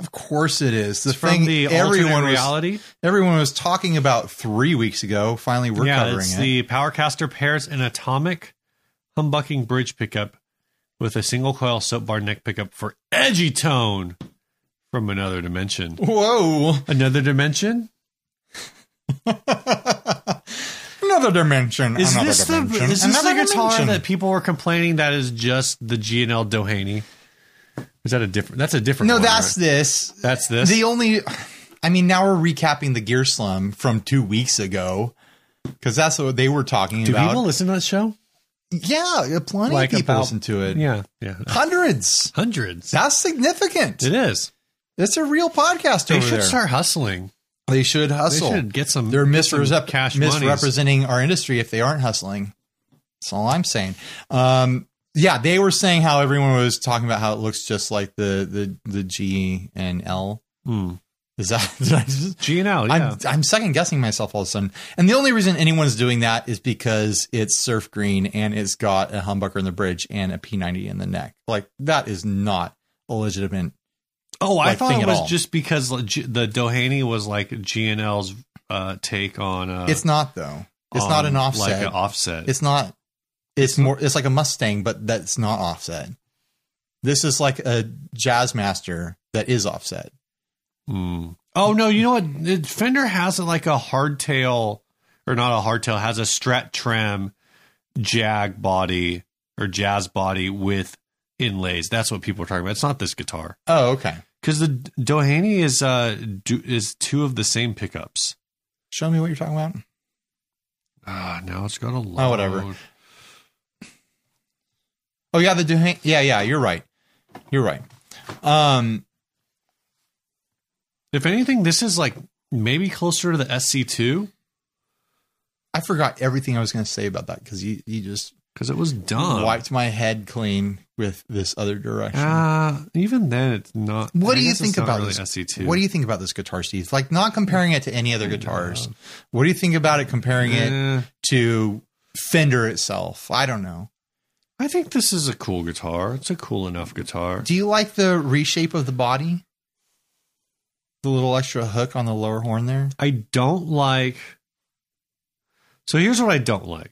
[SPEAKER 1] Of course it is. The
[SPEAKER 2] from
[SPEAKER 1] thing
[SPEAKER 2] the
[SPEAKER 1] everyone
[SPEAKER 2] Alternate
[SPEAKER 1] was,
[SPEAKER 2] Reality.
[SPEAKER 1] everyone was talking about three weeks ago. Finally, we're
[SPEAKER 2] yeah,
[SPEAKER 1] covering
[SPEAKER 2] it's
[SPEAKER 1] it.
[SPEAKER 2] the Powercaster pairs an atomic humbucking bridge pickup with a single coil soap bar neck pickup for edgy tone from another dimension.
[SPEAKER 1] Whoa.
[SPEAKER 2] Another dimension?
[SPEAKER 1] Another dimension.
[SPEAKER 2] Is
[SPEAKER 1] another
[SPEAKER 2] this the
[SPEAKER 1] dimension.
[SPEAKER 2] is this the
[SPEAKER 1] another
[SPEAKER 2] guitar
[SPEAKER 1] dimension.
[SPEAKER 2] that people were complaining that is just the GNL Doheny? Is that a different? That's a different.
[SPEAKER 1] No,
[SPEAKER 2] one,
[SPEAKER 1] that's
[SPEAKER 2] right?
[SPEAKER 1] this.
[SPEAKER 2] that's this.
[SPEAKER 1] The only, I mean, now we're recapping the Gear Slum from two weeks ago because that's what they were talking
[SPEAKER 2] Do
[SPEAKER 1] about.
[SPEAKER 2] people listen to that show?
[SPEAKER 1] yeah, plenty
[SPEAKER 2] Like
[SPEAKER 1] of people
[SPEAKER 2] about-
[SPEAKER 1] listen to it.
[SPEAKER 2] Yeah, yeah,
[SPEAKER 1] Hundreds.
[SPEAKER 2] hundreds.
[SPEAKER 1] That's significant.
[SPEAKER 2] It is.
[SPEAKER 1] It's a real podcast
[SPEAKER 2] They
[SPEAKER 1] over
[SPEAKER 2] should
[SPEAKER 1] there.
[SPEAKER 2] start hustling.
[SPEAKER 1] they should
[SPEAKER 2] They
[SPEAKER 1] hustle.
[SPEAKER 2] should get some.
[SPEAKER 1] They're
[SPEAKER 2] get some
[SPEAKER 1] misrep-
[SPEAKER 2] cash monies.
[SPEAKER 1] misrepresenting our industry if they aren't hustling. That's all I'm saying. Um, yeah, they were saying how everyone was talking about how it looks just like the the the G and L.
[SPEAKER 2] Mm.
[SPEAKER 1] Is that did I just-
[SPEAKER 2] G and L. Yeah.
[SPEAKER 1] I'm, I'm second guessing myself all of a sudden. And the only reason anyone's doing that is because it's surf green and it's got a humbucker in the bridge and a P90 in the neck. Like that is not a legitimate.
[SPEAKER 2] oh, I
[SPEAKER 1] like,
[SPEAKER 2] thought
[SPEAKER 1] thing
[SPEAKER 2] it
[SPEAKER 1] at
[SPEAKER 2] was
[SPEAKER 1] all.
[SPEAKER 2] just because like, G- the Doheny was like G and L's uh, take on. Uh,
[SPEAKER 1] it's not though. It's
[SPEAKER 2] on,
[SPEAKER 1] not an Um, offset.
[SPEAKER 2] Like an offset.
[SPEAKER 1] it's not. It's more. It's like a Mustang, but that's not offset. This is like a Jazzmaster that is offset.
[SPEAKER 2] Mm. Oh no, you know what? The Fender has like a hardtail, or not a hardtail, has a Strat Trem Jag body or Jazz body with inlays. That's what people are talking about. It's not this guitar
[SPEAKER 1] Oh, okay.
[SPEAKER 2] because the Doheny is uh do, is two of the same pickups.
[SPEAKER 1] Show me what you're talking about.
[SPEAKER 2] Ah, now it's got a load.
[SPEAKER 1] Oh, whatever. Oh yeah, the Duhane. Yeah, yeah. You're right. You're right. Um.
[SPEAKER 2] If anything, this is like maybe closer to the SC2.
[SPEAKER 1] I forgot everything I was going to say about that because you, you just
[SPEAKER 2] because it was dumb.
[SPEAKER 1] Wiped my head clean with this other direction.
[SPEAKER 2] Uh, even then, it's not.
[SPEAKER 1] Ah. what
[SPEAKER 2] I
[SPEAKER 1] do you
[SPEAKER 2] guess it's
[SPEAKER 1] think
[SPEAKER 2] not
[SPEAKER 1] about
[SPEAKER 2] really E
[SPEAKER 1] this?
[SPEAKER 2] SE2?
[SPEAKER 1] What do you think about this guitar, Steve? Like not comparing it to any other guitars. What do you think about it comparing it
[SPEAKER 2] Eh,
[SPEAKER 1] to Fender itself? I don't know.
[SPEAKER 2] I think this is a cool guitar. It's a cool enough guitar.
[SPEAKER 1] Do you like the reshape of the body? The little extra hook on the lower horn there.
[SPEAKER 2] I don't like. So here's what I don't like.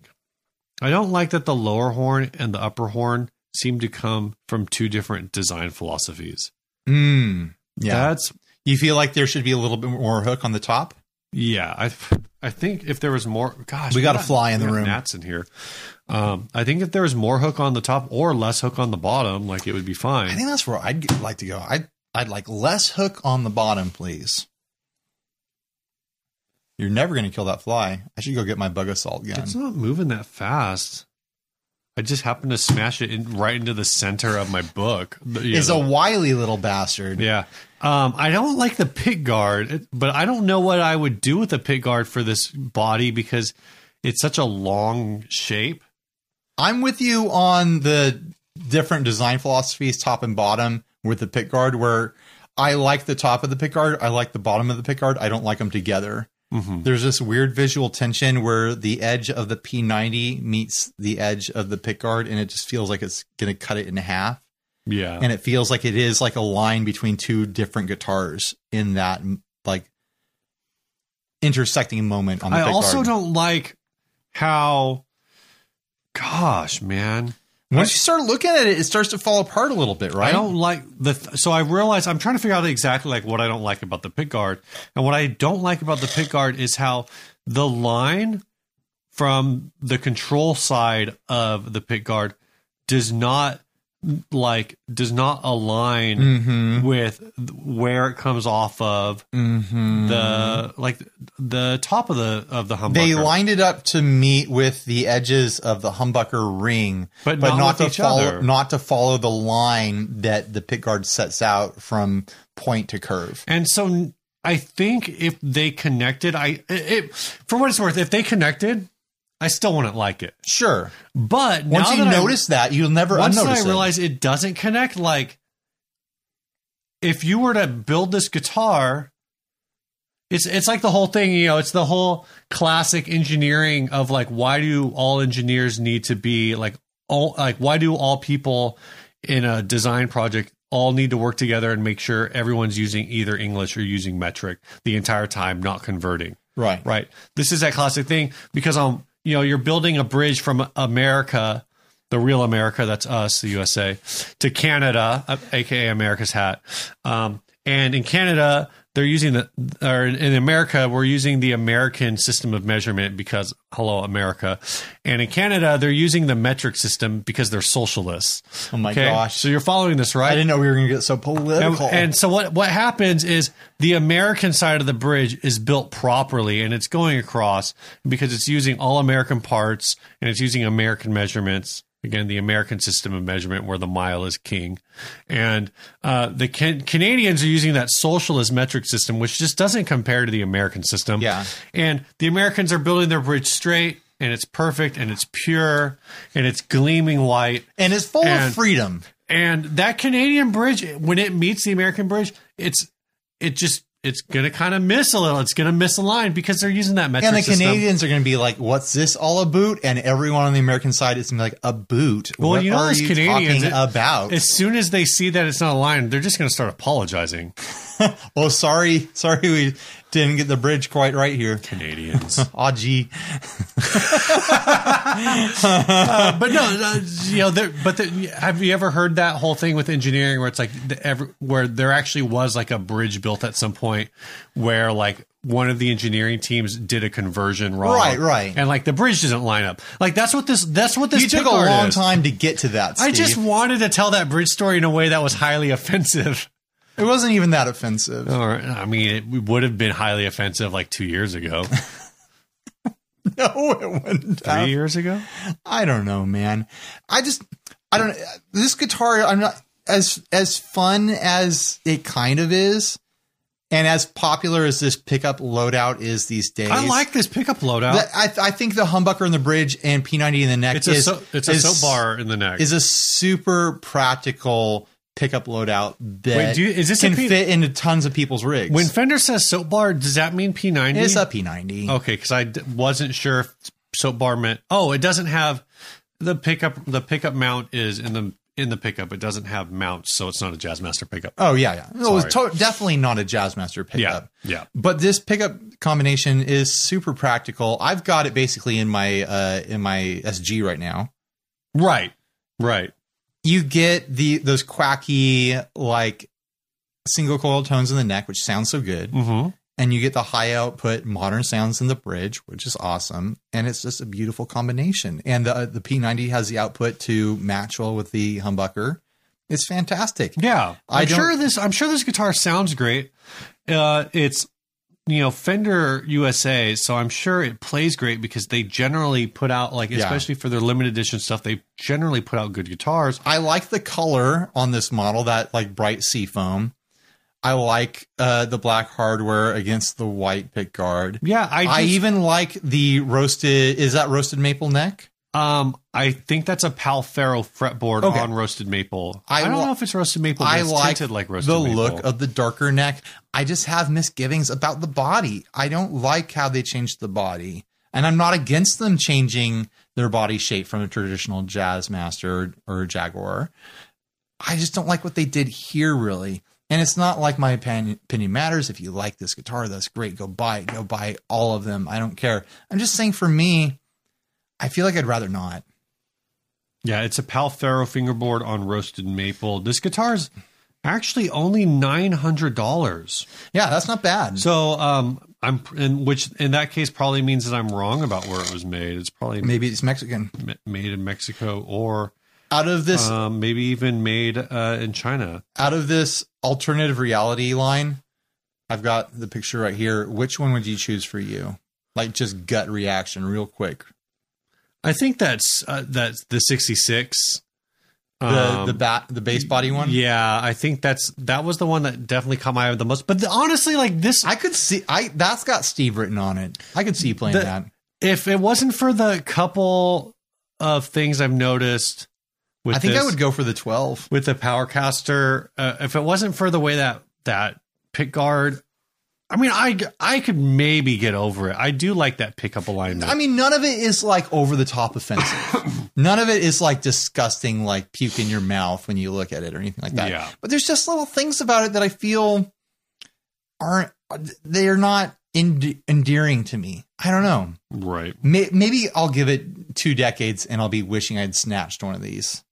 [SPEAKER 2] I don't like that the lower horn and the upper horn seem to come from two different design philosophies.
[SPEAKER 1] Mm, yeah.
[SPEAKER 2] That's
[SPEAKER 1] you feel like there should be a little bit more hook on the top?
[SPEAKER 2] yeah. I I think if there was more, gosh,
[SPEAKER 1] We got a
[SPEAKER 2] got-
[SPEAKER 1] fly in
[SPEAKER 2] we
[SPEAKER 1] the
[SPEAKER 2] got
[SPEAKER 1] room.
[SPEAKER 2] Gnats in here. Um, I think if there was more hook on the top or less hook on the bottom, like it would be fine.
[SPEAKER 1] I think that's where I'd get- like to go. I'd I'd like less hook on the bottom, please. You're never going to kill that fly. I should go get my bug assault gun.
[SPEAKER 2] It's not moving that fast. I just happened to smash it in, right into the center of my book. The- you
[SPEAKER 1] It's a
[SPEAKER 2] know,
[SPEAKER 1] wily little bastard.
[SPEAKER 2] yeah. Um, I don't like the pit guard, it- but I don't know what I would do with a pit guard for this body because it's such a long shape.
[SPEAKER 1] I'm with you on the different design philosophies, top and bottom, with the pick guard. Where I like the top of the pick guard, I like the bottom of the pick guard. I don't like them together.
[SPEAKER 2] Mhm.
[SPEAKER 1] There's this weird visual tension where the edge of the P90 meets the edge of the pick guard, and it just feels like it's going to cut it in half.
[SPEAKER 2] Yeah.
[SPEAKER 1] and it feels like it is like a line between two different guitars in that like intersecting moment on the
[SPEAKER 2] I
[SPEAKER 1] pick
[SPEAKER 2] also
[SPEAKER 1] guard.
[SPEAKER 2] don't like how. Gosh, man.
[SPEAKER 1] once you start looking at it it starts to fall apart a little bit right
[SPEAKER 2] I don't like the. Th- so I realized I'm trying to figure out exactly like what I don't like about the pick guard, and what I don't like about the pick guard is how the line from the control side of the pick guard does not like does not align
[SPEAKER 1] mm-hmm
[SPEAKER 2] with where it comes off of
[SPEAKER 1] mm-hmm
[SPEAKER 2] the like the top of the of the humbucker.
[SPEAKER 1] they lined it up to meet with the edges of the humbucker ring
[SPEAKER 2] But not with
[SPEAKER 1] to
[SPEAKER 2] each
[SPEAKER 1] follow
[SPEAKER 2] other.
[SPEAKER 1] not to follow the line that the pick guard sets out from point to curve
[SPEAKER 2] And so I think if they connected, I it, it for what it's worth, if they connected, I still wouldn't like it.
[SPEAKER 1] sure
[SPEAKER 2] But
[SPEAKER 1] once
[SPEAKER 2] now
[SPEAKER 1] you
[SPEAKER 2] that I-
[SPEAKER 1] notice that you'll never
[SPEAKER 2] once that
[SPEAKER 1] unnotice
[SPEAKER 2] I
[SPEAKER 1] it.
[SPEAKER 2] realize it doesn't connect, like if you were to build this guitar, it's it's like the whole thing, you know, it's the whole classic engineering of like why do all engineers need to be like all like why do all people in a design project all need to work together and make sure everyone's using either English or using metric the entire time, not converting.
[SPEAKER 1] right
[SPEAKER 2] Right. This is that classic thing because um, you know, you're building a bridge from America, the real America, that's us, the USA, to Canada, uh, aka America's hat. Um, and in Canada, they're using the or in America, we're using the American system of measurement because hello America, and in Canada, they're using the metric system because they're socialists.
[SPEAKER 1] Oh my gosh.
[SPEAKER 2] So you're following this, right?
[SPEAKER 1] i didn't know we were going to get so
[SPEAKER 2] And,
[SPEAKER 1] political
[SPEAKER 2] and so what what happens is the American side of the bridge is built properly and it's going across because it's using all American parts and it's using American measurements. Again, the American system of measurement where the mile is king. And uh, the can- Canadians are using that socialist metric system, which just doesn't compare to the American system.
[SPEAKER 1] Yeah.
[SPEAKER 2] And the Americans are building their bridge straight and it's perfect and it's pure and it's gleaming white.
[SPEAKER 1] and it's full
[SPEAKER 2] And-
[SPEAKER 1] of freedom.
[SPEAKER 2] And that Canadian bridge, when it meets the American bridge, it's it just it's gonna kind of miss a little. It's gonna miss a line because they're using that metric
[SPEAKER 1] And the
[SPEAKER 2] system.
[SPEAKER 1] Canadians are going to be like, "What's this all about?" And everyone on the American side is going to be like, "A boot?
[SPEAKER 2] Well,
[SPEAKER 1] what
[SPEAKER 2] you know
[SPEAKER 1] are
[SPEAKER 2] those
[SPEAKER 1] you talking
[SPEAKER 2] Canadians, it-
[SPEAKER 1] about?"
[SPEAKER 2] as soon as they see that it's not a line, they're just gonna start apologizing.
[SPEAKER 1] Oh, sorry, sorry, we didn't get the bridge quite right here.
[SPEAKER 2] Canadians,
[SPEAKER 1] Ah, gee,
[SPEAKER 2] uh, but no, uh, you know. they're- But the, have you ever heard that whole thing with engineering where it's like the, every, where there actually was like a bridge built at some point where like one of the engineering teams did a conversion wrong,
[SPEAKER 1] Right, right.
[SPEAKER 2] and like the bridge doesn't line up. Like that's what this that's what this
[SPEAKER 1] you took a
[SPEAKER 2] pickguard
[SPEAKER 1] long
[SPEAKER 2] is.
[SPEAKER 1] time to get to that. Steve.
[SPEAKER 2] I just wanted to tell that bridge story in a way that was highly offensive.
[SPEAKER 1] it wasn't even that offensive.
[SPEAKER 2] Or, I mean, it would have been highly offensive like two years ago,
[SPEAKER 1] No, it wouldn't.
[SPEAKER 2] three
[SPEAKER 1] have.
[SPEAKER 2] years ago.
[SPEAKER 1] I don't know, man. I just, I don't. This guitar, I'm not as as fun as it kind of is. And as popular as this pickup loadout is these days,
[SPEAKER 2] I like this pickup loadout.
[SPEAKER 1] that- I, I think the humbucker in the bridge and P90 in the neck
[SPEAKER 2] it's a
[SPEAKER 1] is
[SPEAKER 2] so, it's a
[SPEAKER 1] is-
[SPEAKER 2] soap bar in the neck.
[SPEAKER 1] is a super practical pickup loadout that
[SPEAKER 2] Wait, do you- is this a
[SPEAKER 1] can
[SPEAKER 2] P-
[SPEAKER 1] fit into tons of people's rigs.
[SPEAKER 2] when Fender says soap bar, does that mean P90?
[SPEAKER 1] it's a P90.
[SPEAKER 2] Okay, because I d- wasn't sure if soap bar meant. Oh, it doesn't have the pickup. The pickup mount is in the in the pickup. It doesn't have mounts, so it's not a Jazzmaster pickup.
[SPEAKER 1] Oh yeah, yeah. It was
[SPEAKER 2] Sorry.
[SPEAKER 1] to- definitely not a Jazzmaster
[SPEAKER 2] Yeah,
[SPEAKER 1] pickup.
[SPEAKER 2] yeah.
[SPEAKER 1] But this pickup combination is super practical. I've got it basically in my uh, in my SG right now.
[SPEAKER 2] Right, right.
[SPEAKER 1] You get the those quacky like single coil tones in the neck, which sounds so good,
[SPEAKER 2] Mm-hmm.
[SPEAKER 1] and you get the high output modern sounds in the bridge, which is awesome, and it's just a beautiful combination. And the uh, the P90 has the output to match well with the humbucker. It's fantastic.
[SPEAKER 2] Yeah,
[SPEAKER 1] I
[SPEAKER 2] I'm
[SPEAKER 1] don't-
[SPEAKER 2] sure this. I'm sure this guitar sounds great. Uh, it's you know Fender USA, so I'm sure it plays great because they generally put out like,
[SPEAKER 1] Yeah.
[SPEAKER 2] especially for their limited edition stuff, they generally put out good guitars.
[SPEAKER 1] I like the color on this model, that like bright sea foam. I like uh, the black hardware against the white pick guard.
[SPEAKER 2] Yeah, I,
[SPEAKER 1] I,
[SPEAKER 2] just,
[SPEAKER 1] even like the roasted. Is that roasted maple neck?
[SPEAKER 2] um I think that's a Palfaro fretboard
[SPEAKER 1] Okay.
[SPEAKER 2] on roasted maple. I,
[SPEAKER 1] I
[SPEAKER 2] don't
[SPEAKER 1] li-
[SPEAKER 2] know if it's roasted maple. But
[SPEAKER 1] I
[SPEAKER 2] it's
[SPEAKER 1] like,
[SPEAKER 2] tinted like roasted
[SPEAKER 1] the
[SPEAKER 2] maple.
[SPEAKER 1] look of the darker neck. I just have misgivings about the body. I don't like how they changed the body, and I'm not against them changing their body shape from a traditional jazz master or, or jaguar. I just don't like what they did here, really. And it's not like my opinion, opinion matters. If you like this guitar, that's great. Go buy it. Go buy all of them. I don't care. I'm just saying, for me, I feel like I'd rather not.
[SPEAKER 2] Yeah, it's a Palfaro fingerboard on roasted maple. This guitar's actually only nine hundred dollars.
[SPEAKER 1] Yeah, that's not bad.
[SPEAKER 2] So um, I'm in which in that case probably means that I'm wrong about where it was made. It's probably
[SPEAKER 1] Maybe it's Mexican.
[SPEAKER 2] ma- made in Mexico or
[SPEAKER 1] Out of this
[SPEAKER 2] um, maybe even made uh, in China.
[SPEAKER 1] out of this alternative reality line, I've got the picture right here. Which one would you choose for you? Like just gut reaction, real quick.
[SPEAKER 2] I think that's uh, that's the 66.
[SPEAKER 1] The
[SPEAKER 2] Um,
[SPEAKER 1] the bat the base body one.
[SPEAKER 2] yeah, I think that's that was the one that definitely caught my eye the most. But the, honestly, like this,
[SPEAKER 1] I could see I that's got Steve written on it. I could see you playing
[SPEAKER 2] The-
[SPEAKER 1] that.
[SPEAKER 2] if it wasn't for the couple of things I've noticed, with
[SPEAKER 1] I think
[SPEAKER 2] this,
[SPEAKER 1] I would go for the twelve.
[SPEAKER 2] with the Powercaster. Uh, if it wasn't for the way that that pick guard, I mean, I I could maybe get over it. I do like that pickup alignment.
[SPEAKER 1] I mean, none of it is like over the top offensive. none of it is like disgusting, like puke in your mouth when you look at it or anything like that.
[SPEAKER 2] Yeah.
[SPEAKER 1] But there's just little things about it that I feel aren't they're not ende- endearing to me. I don't know.
[SPEAKER 2] right.
[SPEAKER 1] May- Maybe I'll give it two decades and I'll be wishing I'd snatched one of these.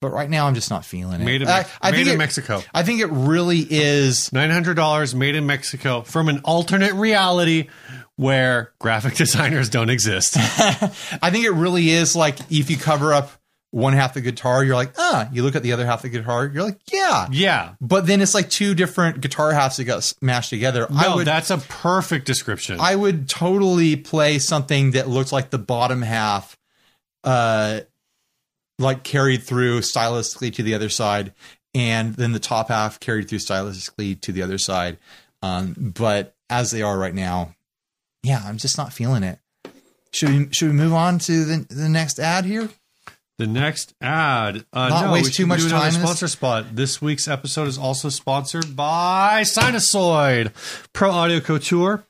[SPEAKER 1] But right now, I'm just not feeling it.
[SPEAKER 2] Made in,
[SPEAKER 1] I,
[SPEAKER 2] Mex-
[SPEAKER 1] I
[SPEAKER 2] made
[SPEAKER 1] think
[SPEAKER 2] in
[SPEAKER 1] it,
[SPEAKER 2] Mexico.
[SPEAKER 1] I think it really is.
[SPEAKER 2] Nine hundred dollars made in Mexico from an alternate reality where graphic designers don't exist.
[SPEAKER 1] I think it really is like if you cover up one half the guitar, you're like, ah. You look at the other half of the guitar, you're like, yeah.
[SPEAKER 2] yeah.
[SPEAKER 1] But then it's like two different guitar halves that got smashed together. I
[SPEAKER 2] No,
[SPEAKER 1] would,
[SPEAKER 2] that's a perfect description.
[SPEAKER 1] I would totally play something that looked like the bottom half, uh, like carried through stylistically to the other side, and then the top half carried through stylistically to the other side. Um, but as they are right now, yeah, I'm just not feeling it. Should we should we move on to the the next ad here?
[SPEAKER 2] The next ad. Uh,
[SPEAKER 1] Not
[SPEAKER 2] no,
[SPEAKER 1] waste
[SPEAKER 2] we
[SPEAKER 1] too
[SPEAKER 2] should
[SPEAKER 1] much
[SPEAKER 2] do another
[SPEAKER 1] time in this.
[SPEAKER 2] Sponsor spot. This week's episode is also sponsored by Sinusoid Pro Audio Couture.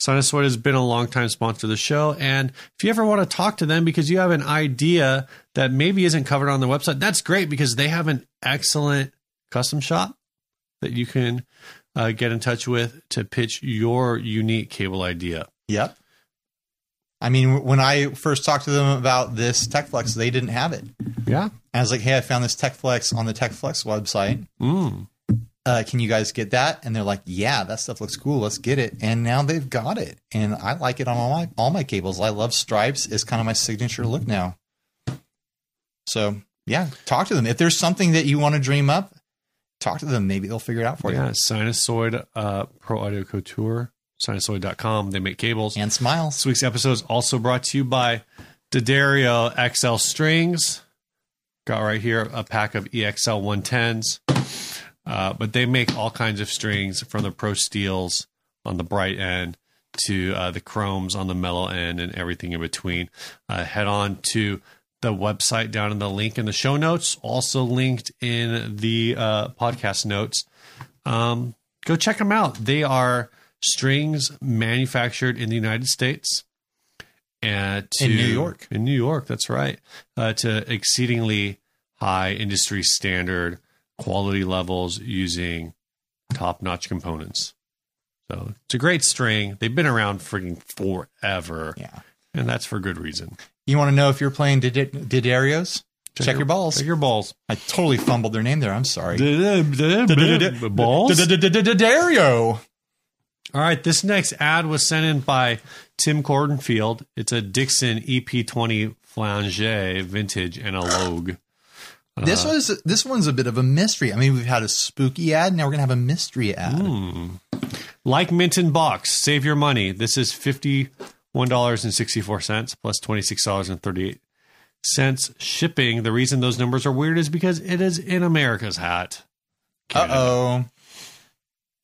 [SPEAKER 2] Sinusoid has been a long time sponsor of the show, and if you ever want to talk to them because you have an idea that maybe isn't covered on their website, that's great because they have an excellent custom shop that you can uh, get in touch with to pitch your unique cable idea.
[SPEAKER 1] Yep. I mean, when I first talked to them about this TechFlex, they didn't have it.
[SPEAKER 2] Yeah.
[SPEAKER 1] I was like, "Hey, I found this TechFlex on the TechFlex website."
[SPEAKER 2] Mm.
[SPEAKER 1] uh, can you guys get that? And they're like, yeah, that stuff looks cool. Let's get it. And now they've got it. And I like it on all my, all my cables. I love stripes. It's kind of my signature look now. So yeah, talk to them. If there's something that you want to dream up, talk to them. Maybe they'll figure it out for
[SPEAKER 2] Yeah. Sinusoid uh, Pro Audio Couture. Sinusoid.com. They make cables.
[SPEAKER 1] you and smiles.
[SPEAKER 2] This week's episode is also brought to you by D'Addario E XL Strings. Got right here a pack of EXL 110s. Uh, but they make all kinds of strings from the pro steels on the bright end to uh, the chromes on the mellow end and everything in between. Uh, head on to the website down in the link in the show notes, also linked in the uh, podcast notes. Um, go check them out. They are strings manufactured in the United States. And to,
[SPEAKER 1] In New York.
[SPEAKER 2] In New York, that's right. Uh, to exceedingly high industry standard quality levels using top notch components. So it's a great string. They've been around freaking forever.
[SPEAKER 1] Yeah.
[SPEAKER 2] And that's for good reason.
[SPEAKER 1] You want to know if you're playing Did- Didarios? Check, your, balls.
[SPEAKER 2] Check your balls.
[SPEAKER 1] I totally fumbled their name there. I'm sorry.
[SPEAKER 2] Balls.
[SPEAKER 1] Didario.
[SPEAKER 2] All right. This next ad was sent in by Tim Cordenfield. It's a Dixon E EP20 Flange vintage analogue.
[SPEAKER 1] This
[SPEAKER 2] Uh-huh.
[SPEAKER 1] was this one's a bit of a mystery. I mean, we've had a spooky ad, now we're gonna have a mystery ad.
[SPEAKER 2] Like Minton Box, save your money. This is $51.64 plus $26.38 shipping. The reason those numbers are weird is because it is in America's hat.
[SPEAKER 1] Uh oh,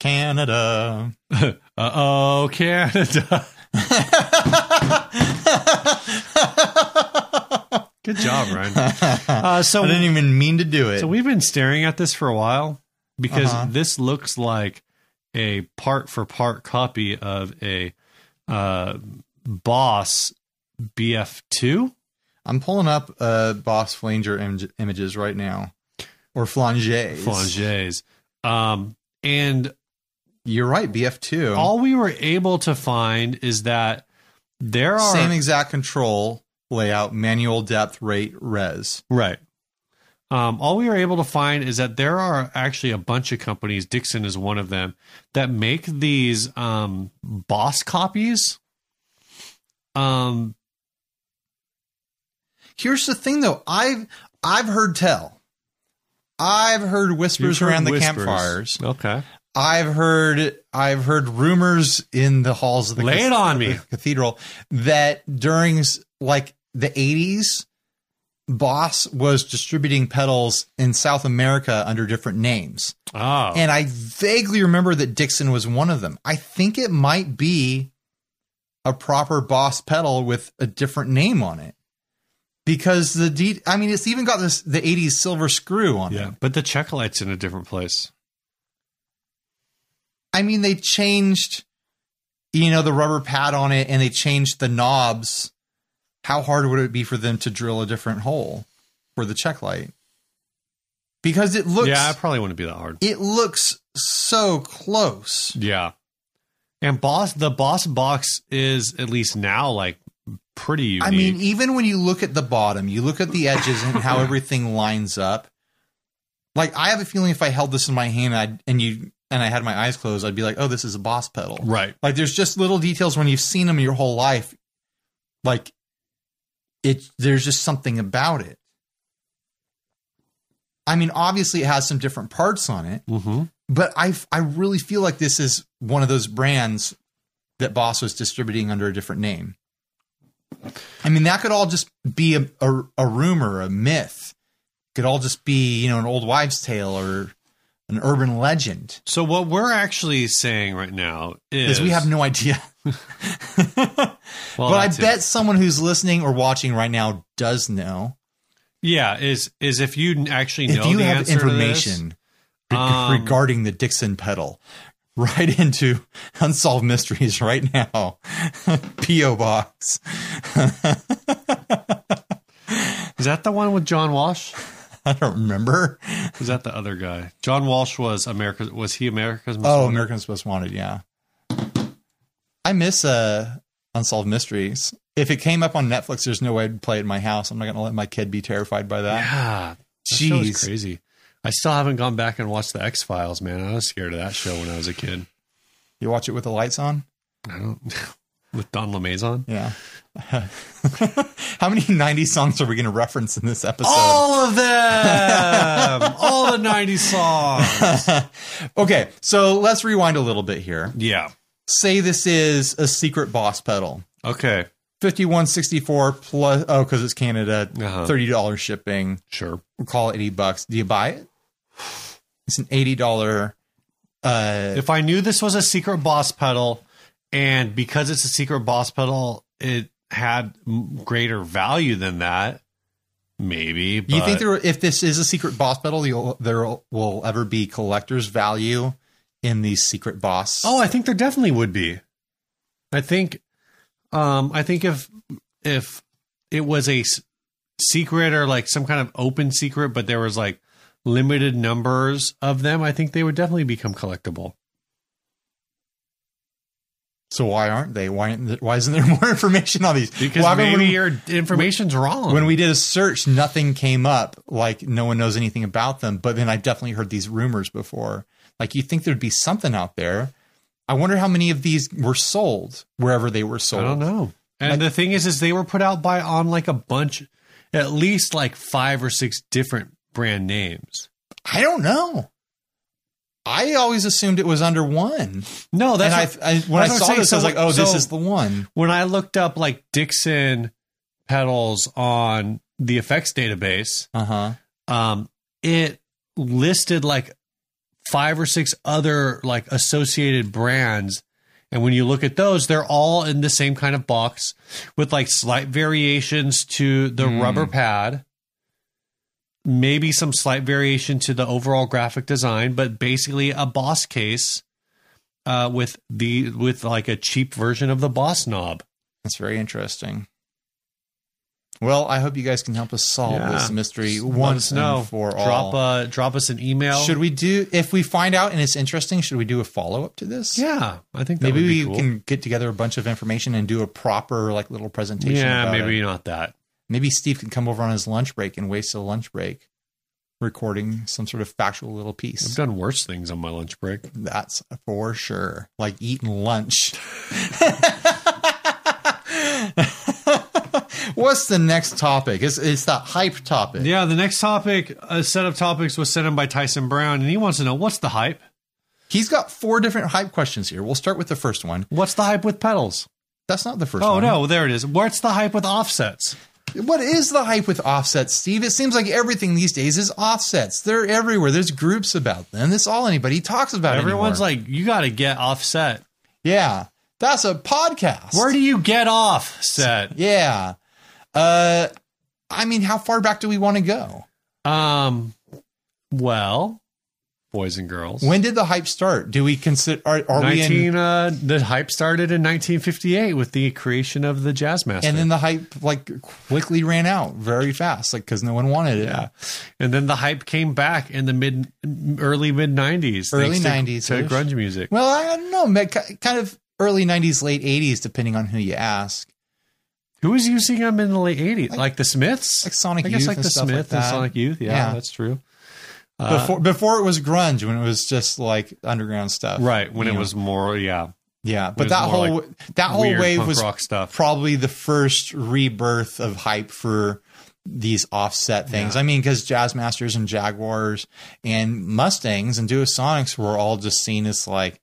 [SPEAKER 1] Canada.
[SPEAKER 2] Uh oh, Canada. Good job, Ryan. Uh, so,
[SPEAKER 1] I didn't even mean to do it.
[SPEAKER 2] so we've been staring at this for a while because
[SPEAKER 1] Uh-huh.
[SPEAKER 2] this looks like a part for part copy of a uh, Boss BF2.
[SPEAKER 1] I'm pulling up uh, Boss Flanger Im- images right now, or Flanges.
[SPEAKER 2] flanges. Um, and
[SPEAKER 1] You're right, BF2.
[SPEAKER 2] all we were able to find is that there are
[SPEAKER 1] Same exact control layout, manual depth, rate, res.
[SPEAKER 2] right. Um, all we were able to find is that there are actually a bunch of companies. Dixon is one of them that make these um, boss copies. Um,
[SPEAKER 1] Here's the thing, though. I've I've heard tell. I've heard whispers
[SPEAKER 2] you've heard
[SPEAKER 1] around the
[SPEAKER 2] whispers.
[SPEAKER 1] campfires.
[SPEAKER 2] Okay,
[SPEAKER 1] I've heard I've heard rumors in the halls of the
[SPEAKER 2] Lay it on me.
[SPEAKER 1] cathedral that during like the 80s Boss was distributing pedals in South America under different names.
[SPEAKER 2] oh,
[SPEAKER 1] And I vaguely remember that Dixon was one of them. I think it might be a proper Boss pedal with a different name on it. Because the D I mean it's even got this the 80s silver screw on it.
[SPEAKER 2] yeah. But the check light's in a different place.
[SPEAKER 1] I mean, they changed, you know, the rubber pad on it and they changed the knobs. How hard would it be for them to drill a different hole for the check light? Because it looks,
[SPEAKER 2] yeah, it probably wouldn't be that hard.
[SPEAKER 1] it looks so close.
[SPEAKER 2] Yeah. And boss the boss box is at least now like pretty unique.
[SPEAKER 1] I mean, even when you look at the bottom, you look at the edges and how everything lines up. Like, I have a feeling if I held this in my hand I'd, and you and I had my eyes closed, I'd be like, "Oh, this is a boss pedal."
[SPEAKER 2] right.
[SPEAKER 1] Like there's just little details when you've seen them your whole life. Like it there's just something about it. I mean, obviously it has some different parts on it,
[SPEAKER 2] Mm-hmm.
[SPEAKER 1] but I I really feel like this is one of those brands that Boss was distributing under a different name. I mean, that could all just be a, a, a rumor, a myth. Could all just be, you know, an old wives' tale or an urban legend.
[SPEAKER 2] So what we're actually saying right now is
[SPEAKER 1] Because we have no idea.
[SPEAKER 2] well,
[SPEAKER 1] but I
[SPEAKER 2] that's it.
[SPEAKER 1] bet someone who's listening or watching right now does know.
[SPEAKER 2] yeah is is if you actually know
[SPEAKER 1] If you
[SPEAKER 2] the
[SPEAKER 1] have
[SPEAKER 2] answer to this-
[SPEAKER 1] information re-
[SPEAKER 2] Um,
[SPEAKER 1] regarding the Dixon pedal, write into Unsolved Mysteries right now. P.O. Box.
[SPEAKER 2] is that the one with John Walsh?
[SPEAKER 1] I don't remember.
[SPEAKER 2] Was that the other guy? John Walsh was America. Was he America's? Most
[SPEAKER 1] Oh,
[SPEAKER 2] Wanted?
[SPEAKER 1] American's Most Wanted. Yeah. I miss uh, Unsolved Mysteries. If it came up on Netflix, there's no way I'd play it in my house. I'm not going to let my kid be terrified by that.
[SPEAKER 2] yeah. That show was
[SPEAKER 1] Jeez.
[SPEAKER 2] crazy. I still haven't gone back and watched the X Files. Man, I was scared of that show when I was a kid.
[SPEAKER 1] You watch it with the lights on?
[SPEAKER 2] I don't with Don LeMay's on.
[SPEAKER 1] Yeah. How many 90s songs are we going to reference in this episode?
[SPEAKER 2] All of them. All the 90 songs.
[SPEAKER 1] Okay, so let's rewind a little bit here.
[SPEAKER 2] Yeah.
[SPEAKER 1] Say this is a secret boss pedal.
[SPEAKER 2] Okay.
[SPEAKER 1] 5164 plus oh cuz it's Canada,
[SPEAKER 2] Uh-huh.
[SPEAKER 1] $30 shipping,
[SPEAKER 2] Sure.
[SPEAKER 1] call it 80 bucks. Do you buy it? It's an eighty dollar. Uh,
[SPEAKER 2] If I knew this was a secret boss pedal, and because it's a secret boss pedal, it had m- greater value than that, maybe. But
[SPEAKER 1] you think there, if this is a secret boss pedal, you'll, there will ever be collector's value in these secret boss?
[SPEAKER 2] Oh, I think there definitely would be. I think, um, I think if if it was a s- secret or like some kind of open secret, but there was like limited numbers of them, I think they would definitely become collectible.
[SPEAKER 1] so why aren't they? Why aren't there, why isn't there more information on these?
[SPEAKER 2] Because
[SPEAKER 1] Why haven't
[SPEAKER 2] maybe
[SPEAKER 1] we-
[SPEAKER 2] your information's wrong.
[SPEAKER 1] when we did a search, nothing came up. Like no one knows anything about them. But then I definitely heard these rumors before. Like you think there'd be something out there. I wonder how many of these were sold wherever they were sold.
[SPEAKER 2] I don't know. And
[SPEAKER 1] Like-
[SPEAKER 2] the thing is, is they were put out by on like a bunch, at least like five or six different brand names.
[SPEAKER 1] I don't know. I always assumed it was under one.
[SPEAKER 2] No, that's
[SPEAKER 1] and I,
[SPEAKER 2] what-
[SPEAKER 1] I, when I
[SPEAKER 2] that's what I'm
[SPEAKER 1] saw
[SPEAKER 2] saying.
[SPEAKER 1] this, I was
[SPEAKER 2] So-
[SPEAKER 1] like, "Oh, this
[SPEAKER 2] so-
[SPEAKER 1] is the one."
[SPEAKER 2] when I looked up like Dixon pedals on the effects database,
[SPEAKER 1] Uh huh.
[SPEAKER 2] um, it listed like five or six other like associated brands. And when you look at those, they're all in the same kind of box with like slight variations to the
[SPEAKER 1] Hmm.
[SPEAKER 2] rubber pad, maybe some slight variation to the overall graphic design, but basically a boss case uh, with the with like a cheap version of the boss knob.
[SPEAKER 1] That's very interesting. Well, I hope you guys can help us solve
[SPEAKER 2] Yeah.
[SPEAKER 1] this mystery
[SPEAKER 2] Let
[SPEAKER 1] once
[SPEAKER 2] us know.
[SPEAKER 1] and for
[SPEAKER 2] drop
[SPEAKER 1] all.
[SPEAKER 2] uh, drop us an email.
[SPEAKER 1] Should we do if we find out and it's interesting? Should we do a follow up to this?
[SPEAKER 2] Yeah, I think that
[SPEAKER 1] Maybe
[SPEAKER 2] would
[SPEAKER 1] we
[SPEAKER 2] be cool.
[SPEAKER 1] can get together a bunch of information and do a proper like little presentation.
[SPEAKER 2] Yeah,
[SPEAKER 1] about
[SPEAKER 2] maybe
[SPEAKER 1] it.
[SPEAKER 2] not that.
[SPEAKER 1] maybe Steve can come over on his lunch break and waste a lunch break recording some sort of factual little
[SPEAKER 2] I've
[SPEAKER 1] piece.
[SPEAKER 2] done worse things on my lunch break.
[SPEAKER 1] That's for sure. Like eating lunch. What's the next topic? It's it's that hype topic.
[SPEAKER 2] Yeah, the next topic, a set of topics, was sent in by Tyson Brown, and he wants to know what's the hype.
[SPEAKER 1] He's got four different hype questions here. We'll start with the first one.
[SPEAKER 2] What's the hype with pedals?
[SPEAKER 1] That's not the first
[SPEAKER 2] Oh
[SPEAKER 1] one.
[SPEAKER 2] no, there it is. What's the hype with offsets?
[SPEAKER 1] What is the hype with offsets, Steve? It seems like everything these days is offsets. They're everywhere. There's groups about them. That's all anybody talks about.
[SPEAKER 2] Everyone's
[SPEAKER 1] anymore.
[SPEAKER 2] like, you got to get offset.
[SPEAKER 1] yeah, that's a podcast.
[SPEAKER 2] Where do you get offset?
[SPEAKER 1] yeah. Uh, I mean, how far back do we want to go?
[SPEAKER 2] Um, well, boys and girls,
[SPEAKER 1] When did the hype start? Do we consider? Are, are we in?
[SPEAKER 2] 19 uh, the hype started in 1958 with the creation of the Jazzmaster.
[SPEAKER 1] And then the hype like quickly ran out very fast, like because no one wanted it.
[SPEAKER 2] yeah. And then the hype came back in the mid early mid 90s.
[SPEAKER 1] Early
[SPEAKER 2] thanks
[SPEAKER 1] 90s
[SPEAKER 2] to, to
[SPEAKER 1] -ish.
[SPEAKER 2] grunge music.
[SPEAKER 1] Well, I don't know, ma- ki- kind of early '90s, late '80s, depending on who you ask.
[SPEAKER 2] Who was using them in the late 80s? Like, the Smiths?
[SPEAKER 1] like Sonic
[SPEAKER 2] I guess
[SPEAKER 1] Youth
[SPEAKER 2] like
[SPEAKER 1] and
[SPEAKER 2] the
[SPEAKER 1] stuff like
[SPEAKER 2] Smiths and
[SPEAKER 1] that.
[SPEAKER 2] Sonic Youth. Yeah,
[SPEAKER 1] Yeah.
[SPEAKER 2] that's true. Uh,
[SPEAKER 1] before before it was grunge when it was just like underground stuff
[SPEAKER 2] Right, when
[SPEAKER 1] You
[SPEAKER 2] it
[SPEAKER 1] know?
[SPEAKER 2] was more yeah,
[SPEAKER 1] yeah but
[SPEAKER 2] was
[SPEAKER 1] that
[SPEAKER 2] more
[SPEAKER 1] whole that whole
[SPEAKER 2] weird
[SPEAKER 1] wave
[SPEAKER 2] punk
[SPEAKER 1] was
[SPEAKER 2] rock stuff.
[SPEAKER 1] probably the first rebirth of hype for these offset things i mean because jazzmasters and jaguars and mustangs and duosonics were all just seen as like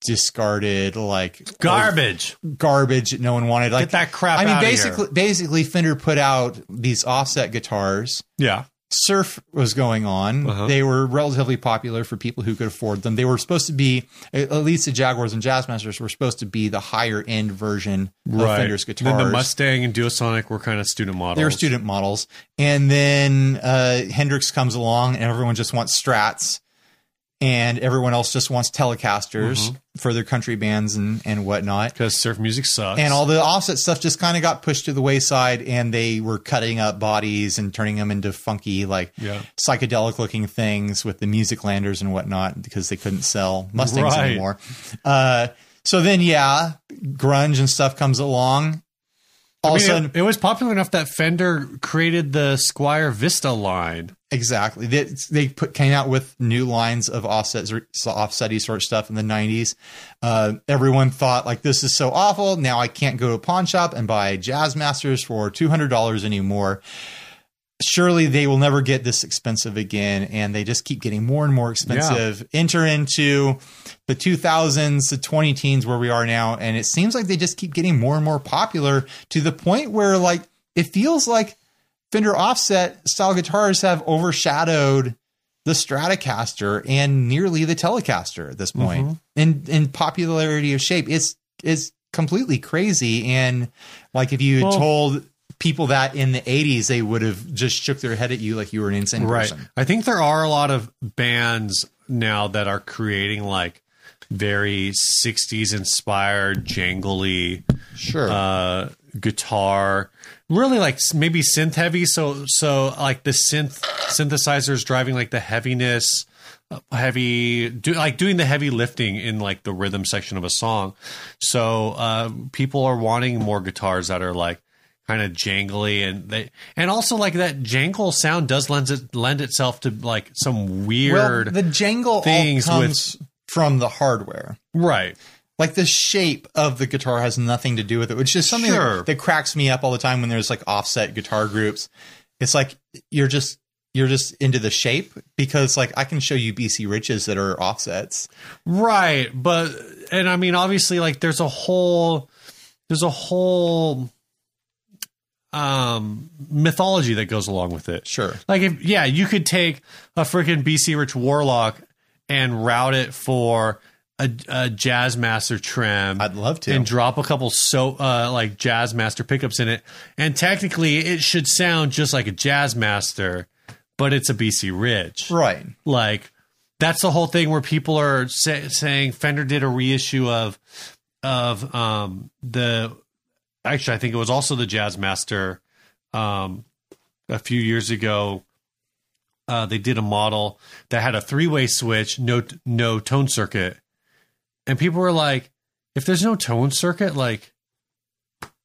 [SPEAKER 1] discarded like
[SPEAKER 2] Garbage.
[SPEAKER 1] garbage that no one wanted like
[SPEAKER 2] Get that crap
[SPEAKER 1] i mean
[SPEAKER 2] out of here.
[SPEAKER 1] basically basically fender put out these offset guitars
[SPEAKER 2] Yeah.
[SPEAKER 1] surf was going on.
[SPEAKER 2] Uh-huh.
[SPEAKER 1] They were relatively popular for people who could afford them. They were supposed to be, at at least the Jaguars and Jazzmasters were supposed to be the higher end version of Fender's guitars.
[SPEAKER 2] Then the Mustang and Duosonic were kind of student models.
[SPEAKER 1] they were student models. And then uh, Hendrix comes along and everyone just wants Strats. And everyone else just wants Telecasters
[SPEAKER 2] Mm-hmm.
[SPEAKER 1] for their country bands and, and whatnot
[SPEAKER 2] because surf music sucks.
[SPEAKER 1] and all the offset stuff just kind of got pushed to the wayside and they were cutting up bodies and turning them into funky like
[SPEAKER 2] Yeah.
[SPEAKER 1] psychedelic looking things with the music landers and whatnot because they couldn't sell mustangs
[SPEAKER 2] Right.
[SPEAKER 1] anymore uh, so then yeah grunge and stuff comes along all
[SPEAKER 2] I mean,
[SPEAKER 1] of a sudden
[SPEAKER 2] it, it was popular enough that Fender created the Squire Vista line.
[SPEAKER 1] Exactly. They, they put came out with new lines of offsets, offsetty sort of stuff in the '90s. Uh, everyone thought like this is so awful. Now I can't go to a pawn shop and buy Jazz Masters for two hundred dollars anymore. Surely they will never get this expensive again, and they just keep getting more and more expensive. Enter into the 2000s, the 20 teens, where we are now, and it seems like they just keep getting more and more popular to the point where like it feels like Fender offset style guitars have overshadowed the Stratocaster and nearly the Telecaster at this point
[SPEAKER 2] Mhm.
[SPEAKER 1] in in popularity of shape. It's it's completely crazy. And like if you had
[SPEAKER 2] Well-
[SPEAKER 1] told people that in the 80s, they would have just shook their head at you like you were an insane
[SPEAKER 2] right.
[SPEAKER 1] person.
[SPEAKER 2] I think there are a lot of bands now that are creating like very 60s inspired jangly
[SPEAKER 1] Sure.
[SPEAKER 2] uh guitar really like s- maybe synth heavy so so like the synth synthesizers driving like the heaviness uh, heavy do, like doing the heavy lifting in like the rhythm section of a song so uh people are wanting more guitars that are like kind of jangly and they and also like that jangle sound does lends it lend itself to like some weird
[SPEAKER 1] well, the jangle all
[SPEAKER 2] things
[SPEAKER 1] comes from the hardware.
[SPEAKER 2] right
[SPEAKER 1] like the shape of the guitar has nothing to do with it, which is something
[SPEAKER 2] Sure.
[SPEAKER 1] that, that cracks me up all the time when there's like offset guitar groups. It's like you're just you're just into the shape because like I can show you BC riches that are offsets.
[SPEAKER 2] Right, but and I mean obviously like there's a whole there's a whole um mythology that goes along with it.
[SPEAKER 1] Sure.
[SPEAKER 2] Like if yeah, you could take a freaking BC Rich Warlock and route it for a, a jazz master trim
[SPEAKER 1] I'd love to.
[SPEAKER 2] and drop a couple so uh like jazz master pickups in it and technically it should sound just like a jazz master but it's a BC Rich
[SPEAKER 1] right.
[SPEAKER 2] like that's the whole thing where people are say, saying Fender did a reissue of of um the actually I think it was also the Jazz Master um a few years ago uh they did a model that had a three-way switch no no tone circuit and people were like if there's no tone circuit like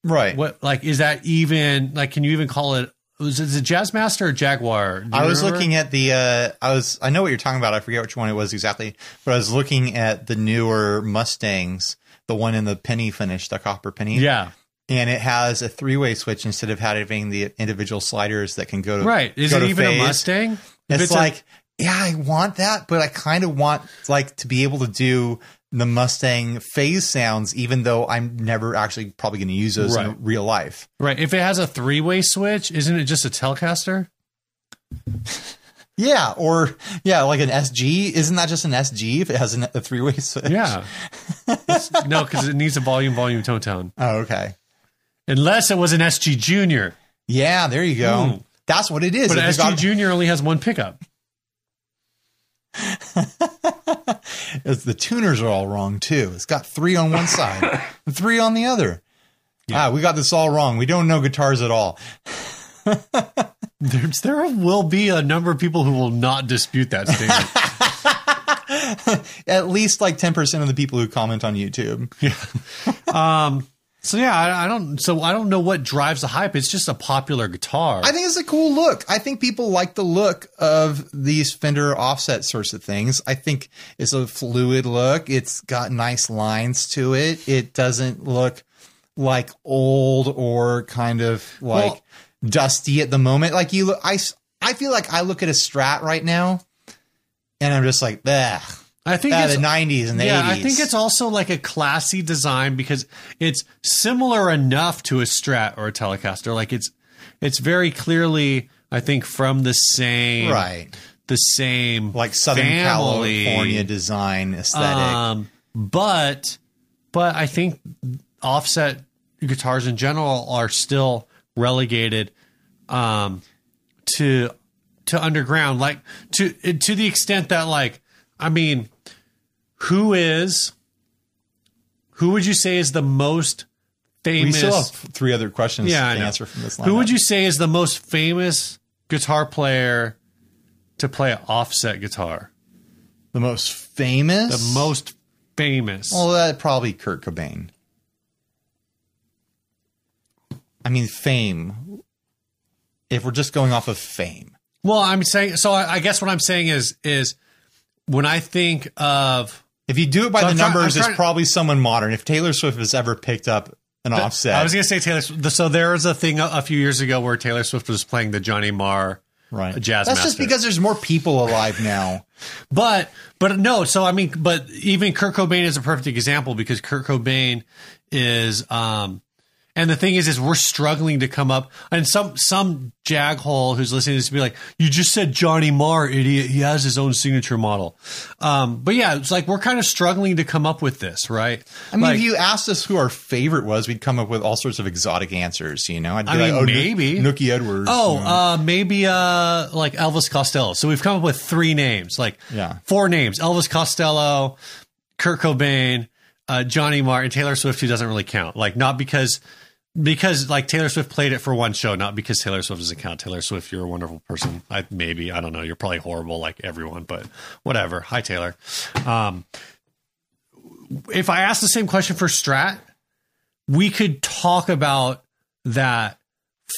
[SPEAKER 1] Right.
[SPEAKER 2] what like is that even like can you even call it was it the Jazz Master or Jaguar? Do you
[SPEAKER 1] I was
[SPEAKER 2] remember?
[SPEAKER 1] looking at the uh I was I know what you're talking about. I forget which one it was exactly, but I was looking at the newer Mustangs, the one in the penny finish, the copper penny.
[SPEAKER 2] yeah
[SPEAKER 1] And it has a three-way switch instead of having the individual sliders that can go to
[SPEAKER 2] Right. Is
[SPEAKER 1] go
[SPEAKER 2] it
[SPEAKER 1] to
[SPEAKER 2] even
[SPEAKER 1] phase.
[SPEAKER 2] a Mustang? If
[SPEAKER 1] It's,
[SPEAKER 2] a-
[SPEAKER 1] like, yeah, I want that, but I kind of want like to be able to do the Mustang phase sounds, even though I'm never actually probably going to use those
[SPEAKER 2] Right.
[SPEAKER 1] in real life.
[SPEAKER 2] right. If it has a three way switch, isn't it just a Telecaster?
[SPEAKER 1] Yeah, or yeah, like an SG. Isn't that just an SG if it has an, a three way switch?
[SPEAKER 2] Yeah. no, because it needs a volume, volume, tone, tone.
[SPEAKER 1] Oh, okay.
[SPEAKER 2] Unless it was an SG Junior,
[SPEAKER 1] Yeah, there you go.
[SPEAKER 2] Hmm.
[SPEAKER 1] That's what it is.
[SPEAKER 2] but
[SPEAKER 1] If
[SPEAKER 2] an
[SPEAKER 1] you've
[SPEAKER 2] SG
[SPEAKER 1] got-
[SPEAKER 2] Junior only has one pickup.
[SPEAKER 1] It's- the tuners are all wrong too. It's got three on one side, and three on the other. Ah, we got this all wrong. We don't know guitars at all.
[SPEAKER 2] There's, there will be a number of people who will not dispute that statement.
[SPEAKER 1] At least like ten percent of the people who comment on YouTube.
[SPEAKER 2] so yeah, I, I don't. So I don't know what drives the hype. It's just a popular guitar.
[SPEAKER 1] I think it's a cool look. I think people like the look of these Fender offset sorts of things. I think it's a fluid look. It's got nice lines to it. It doesn't look like old or kind of like
[SPEAKER 2] Well-
[SPEAKER 1] dusty at the moment. Like you look, I, s- I feel like I look at a Strat right now and I'm just like, bah,
[SPEAKER 2] I think
[SPEAKER 1] ah,
[SPEAKER 2] it's
[SPEAKER 1] the 90s and the
[SPEAKER 2] yeah,
[SPEAKER 1] 80s.
[SPEAKER 2] I think it's also like a classy design because it's similar enough to a Strat or a Telecaster. Like it's it's very clearly, I think, from the same
[SPEAKER 1] right.
[SPEAKER 2] the same
[SPEAKER 1] Like Southern
[SPEAKER 2] family.
[SPEAKER 1] California design aesthetic.
[SPEAKER 2] Um, but but I think offset guitars in general are still relegated um, to to underground, like to to the extent that like I mean, who is who would you say is the most
[SPEAKER 1] we
[SPEAKER 2] famous?
[SPEAKER 1] still have three other questions
[SPEAKER 2] Yeah, I
[SPEAKER 1] to
[SPEAKER 2] know.
[SPEAKER 1] answer from this line.
[SPEAKER 2] who would you say is the most famous guitar player to play offset guitar?
[SPEAKER 1] The most famous?
[SPEAKER 2] The most famous.
[SPEAKER 1] Well, that probably Kurt Cobain. I mean, fame. If we're just going off of fame,
[SPEAKER 2] Well, I'm saying so. I, I guess what I'm saying is is when I think of
[SPEAKER 1] if you do it by
[SPEAKER 2] So
[SPEAKER 1] the
[SPEAKER 2] I'm try-
[SPEAKER 1] numbers,
[SPEAKER 2] I'm
[SPEAKER 1] it's
[SPEAKER 2] trying-
[SPEAKER 1] probably someone modern. If Taylor Swift has ever picked up an offset,
[SPEAKER 2] I was going to say Taylor. Swift. So there was a thing a, a few years ago where Taylor Swift was playing the Johnny Marr
[SPEAKER 1] right?
[SPEAKER 2] jazz
[SPEAKER 1] That's just
[SPEAKER 2] master.
[SPEAKER 1] because there's more people alive now.
[SPEAKER 2] But but no, so I mean, but even Kurt Cobain is a perfect example because Kurt Cobain is um, And the thing is, is we're struggling to come up. And some some jaghole who's listening to this will be like, "You just said Johnny Marr, idiot. He has his own signature model." Um, but yeah, it's like we're kind of struggling to come up with this, right?
[SPEAKER 1] I mean,
[SPEAKER 2] Like,
[SPEAKER 1] if you asked us who our favorite was, we'd come up with all sorts of exotic answers. You know, I'd be
[SPEAKER 2] I
[SPEAKER 1] like,
[SPEAKER 2] mean,
[SPEAKER 1] oh, Nook-
[SPEAKER 2] maybe.
[SPEAKER 1] Nookie Edwards.
[SPEAKER 2] Oh,
[SPEAKER 1] you know?
[SPEAKER 2] uh, maybe uh, like Elvis Costello. So we've come up with three names, like
[SPEAKER 1] Yeah.
[SPEAKER 2] four names: Elvis Costello, Kurt Cobain, uh, Johnny Marr, and Taylor Swift, who doesn't really count. Like not because because like Taylor Swift played it for one show, not because Taylor Swift doesn't count. Taylor Swift, you're a wonderful person. I maybe I don't know. You're probably horrible, like everyone, but whatever. Hi, Taylor. Um, if I asked the same question for Strat, we could talk about that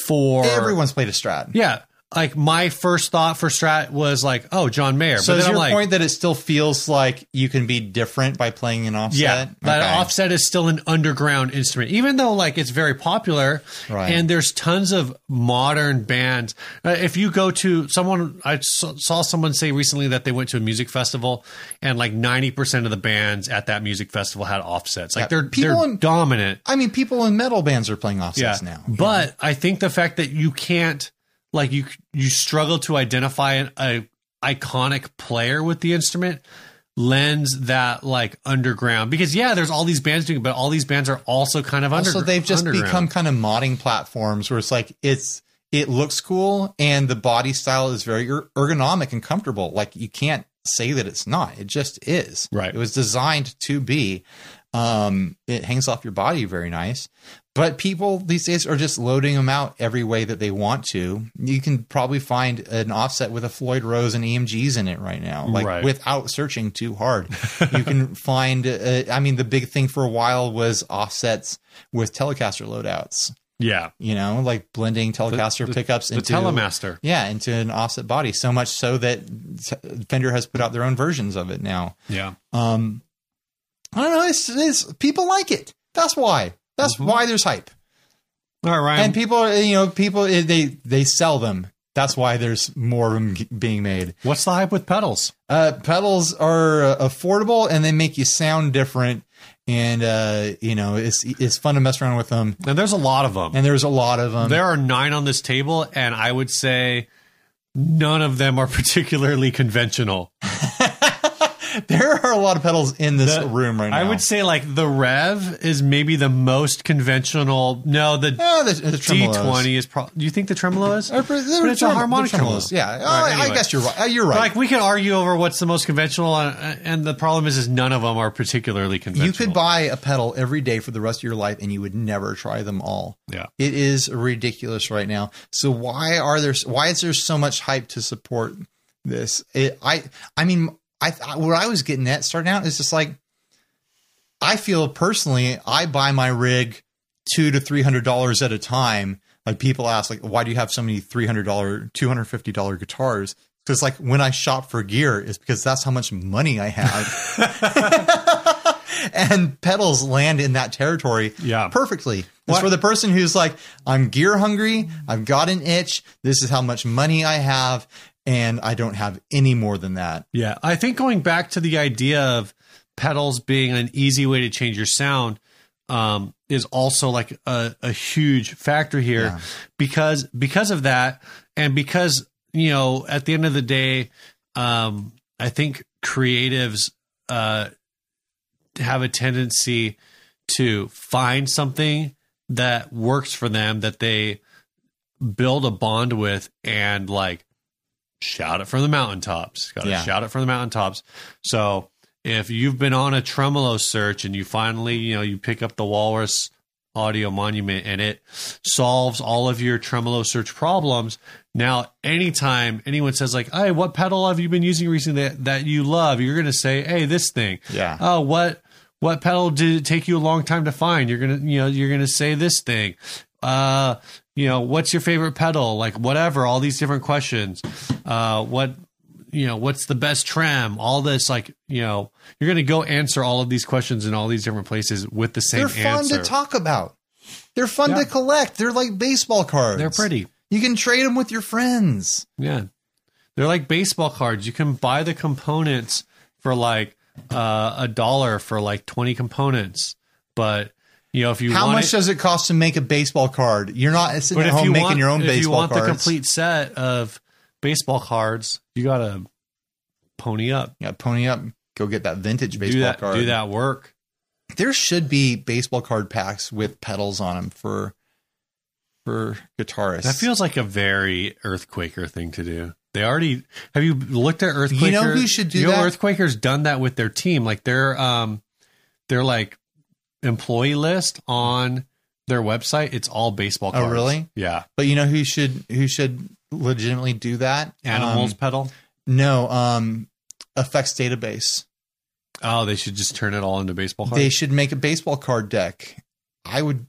[SPEAKER 2] for
[SPEAKER 1] everyone's played a strat.
[SPEAKER 2] yeah. Like my first thought for Strat was like, oh, John Mayer.
[SPEAKER 1] So
[SPEAKER 2] but
[SPEAKER 1] is
[SPEAKER 2] then I'm
[SPEAKER 1] your
[SPEAKER 2] like,
[SPEAKER 1] point that it still feels like you can be different by playing an offset?
[SPEAKER 2] yeah, that
[SPEAKER 1] Okay.
[SPEAKER 2] offset is still an underground instrument, even though like it's very popular.
[SPEAKER 1] Right.
[SPEAKER 2] And there's tons of modern bands. Uh, if you go to someone, I saw saw someone say recently that they went to a music festival and like 90% of the bands at that music festival had offsets. Like
[SPEAKER 1] Yeah,
[SPEAKER 2] they're,
[SPEAKER 1] people
[SPEAKER 2] they're
[SPEAKER 1] in-
[SPEAKER 2] dominant.
[SPEAKER 1] I mean, people in metal bands are playing offsets now.
[SPEAKER 2] But I think the fact that you can't, like, you you struggle to identify an a iconic player with the instrument lends that like underground because yeah, there's all these bands doing, it, but all these bands are also kind of under.
[SPEAKER 1] also, they've just
[SPEAKER 2] underground.
[SPEAKER 1] become kind of modding platforms where it's like it's it looks cool and the body style is very er- ergonomic and comfortable. Like you can't say that it's not. It just is.
[SPEAKER 2] Right.
[SPEAKER 1] It was designed to be. Um, it hangs off your body very nice. But people these days are just loading them out every way that they want to. You can probably find an offset with a Floyd Rose and EMGs in it right now, like
[SPEAKER 2] Right.
[SPEAKER 1] without searching too hard. you can find, uh, I mean, the big thing for a while was offsets with Telecaster loadouts,
[SPEAKER 2] yeah,
[SPEAKER 1] you know, like blending Telecaster pickups
[SPEAKER 2] the
[SPEAKER 1] into
[SPEAKER 2] Telemaster.
[SPEAKER 1] Yeah, into an offset body. So much so that Fender has put out their own versions of it now.
[SPEAKER 2] Yeah,
[SPEAKER 1] Um, I don't know. It's, it's people like it. That's why. That's
[SPEAKER 2] Mhm.
[SPEAKER 1] why there's hype.
[SPEAKER 2] all right, Ryan.
[SPEAKER 1] and people, are, you know, people eh, they they sell them. That's why there's more of them g- being made.
[SPEAKER 2] what's the hype with pedals?
[SPEAKER 1] Uh, pedals are uh, affordable and they make you sound different. And uh, you know, it's it's fun to mess around with them.
[SPEAKER 2] And there's a lot of them.
[SPEAKER 1] And there's a lot of them.
[SPEAKER 2] there are nine on this table, and I would say none of them are particularly conventional.
[SPEAKER 1] there are a lot of pedals in this
[SPEAKER 2] The-
[SPEAKER 1] room right now.
[SPEAKER 2] I would say like the Rev is maybe the most conventional. No, the
[SPEAKER 1] oh, the, the
[SPEAKER 2] D
[SPEAKER 1] tremolos.
[SPEAKER 2] twenty is probably. Do you think the tremolo is?
[SPEAKER 1] Or, but
[SPEAKER 2] But it's a harmonic tremolo.
[SPEAKER 1] Yeah, Oh,
[SPEAKER 2] All right,
[SPEAKER 1] I
[SPEAKER 2] anyway.
[SPEAKER 1] guess you're right. Uh, You're right.
[SPEAKER 2] Like we could argue over what's the most conventional, and and the problem is, is none of them are particularly conventional.
[SPEAKER 1] You could buy a pedal every day for the rest of your life and you would never try them all.
[SPEAKER 2] yeah,
[SPEAKER 1] It is ridiculous right now. So why are there why is there so much hype to support this? It, I I mean I, I what I was getting at starting out is just like I feel personally I buy my rig 2 to 300 dollars at a time. Like people ask like why do you have so many $300 $250 guitars? Cuz like when I shop for gear is because that's how much money I have and pedals land in that territory
[SPEAKER 2] Yeah.
[SPEAKER 1] perfectly. It's
[SPEAKER 2] What-
[SPEAKER 1] for the person who's like, I'm gear hungry, I've got an itch, this is how much money I have, and I don't have any more than that.
[SPEAKER 2] yeah. I think going back to the idea of pedals being an easy way to change your sound um, is also like a, a huge factor here
[SPEAKER 1] Yeah.
[SPEAKER 2] because because of that, and because you know, at the end of the day, um, I think creatives uh, have a tendency to find something that works for them that they build a bond with and like shout it from the mountaintops. Got to
[SPEAKER 1] Yeah.
[SPEAKER 2] shout it from the mountaintops. So if you've been on a tremolo search and you finally, you know, you pick up the walrus audio monument and it solves all of your tremolo search problems. Now, anytime anyone says like, "Hey, what pedal have you been using recently that, that you love?" You're going to say, "Hey, this thing."
[SPEAKER 1] Yeah.
[SPEAKER 2] Oh, what what pedal did it take you a long time to find? You're gonna you know you're gonna say this thing. Uh, you know, what's your favorite pedal? Like whatever, all these different questions. Uh, what you know, what's the best trim? All this like you know, you're gonna go answer all of these questions in all these different places with the same
[SPEAKER 1] They're fun
[SPEAKER 2] answer.
[SPEAKER 1] to talk about. They're fun
[SPEAKER 2] Yeah.
[SPEAKER 1] to collect. They're like baseball cards.
[SPEAKER 2] They're pretty.
[SPEAKER 1] You can trade them with your friends.
[SPEAKER 2] Yeah. They're like baseball cards. You can buy the components for like uh, a dollar for like 20 components, but You know, if you
[SPEAKER 1] How
[SPEAKER 2] want
[SPEAKER 1] much
[SPEAKER 2] it-
[SPEAKER 1] does it cost to make a baseball card? You're not sitting
[SPEAKER 2] but
[SPEAKER 1] at
[SPEAKER 2] if
[SPEAKER 1] home
[SPEAKER 2] you
[SPEAKER 1] making
[SPEAKER 2] want,
[SPEAKER 1] your own
[SPEAKER 2] if
[SPEAKER 1] baseball
[SPEAKER 2] you want
[SPEAKER 1] cards.
[SPEAKER 2] the complete set of baseball cards, you got to pony up.
[SPEAKER 1] yeah, pony up. Go get that vintage baseball
[SPEAKER 2] do that.
[SPEAKER 1] card.
[SPEAKER 2] Do that work.
[SPEAKER 1] There should be baseball card packs with pedals on them for for guitarists.
[SPEAKER 2] That feels like a very Earthquaker thing to do. They already have you looked at Earthquaker?
[SPEAKER 1] You know who should do
[SPEAKER 2] you know
[SPEAKER 1] that?
[SPEAKER 2] Earthquaker's done that with their team. Like their um, their like employee list on their website. It's all baseball.
[SPEAKER 1] Oh,
[SPEAKER 2] cards.
[SPEAKER 1] really?
[SPEAKER 2] Yeah.
[SPEAKER 1] but you know who should who should legitimately do that?
[SPEAKER 2] Animals
[SPEAKER 1] Um,
[SPEAKER 2] pedal.
[SPEAKER 1] no, um effects database.
[SPEAKER 2] Oh, they should just turn it all into baseball cards.
[SPEAKER 1] They should make a baseball card deck. I would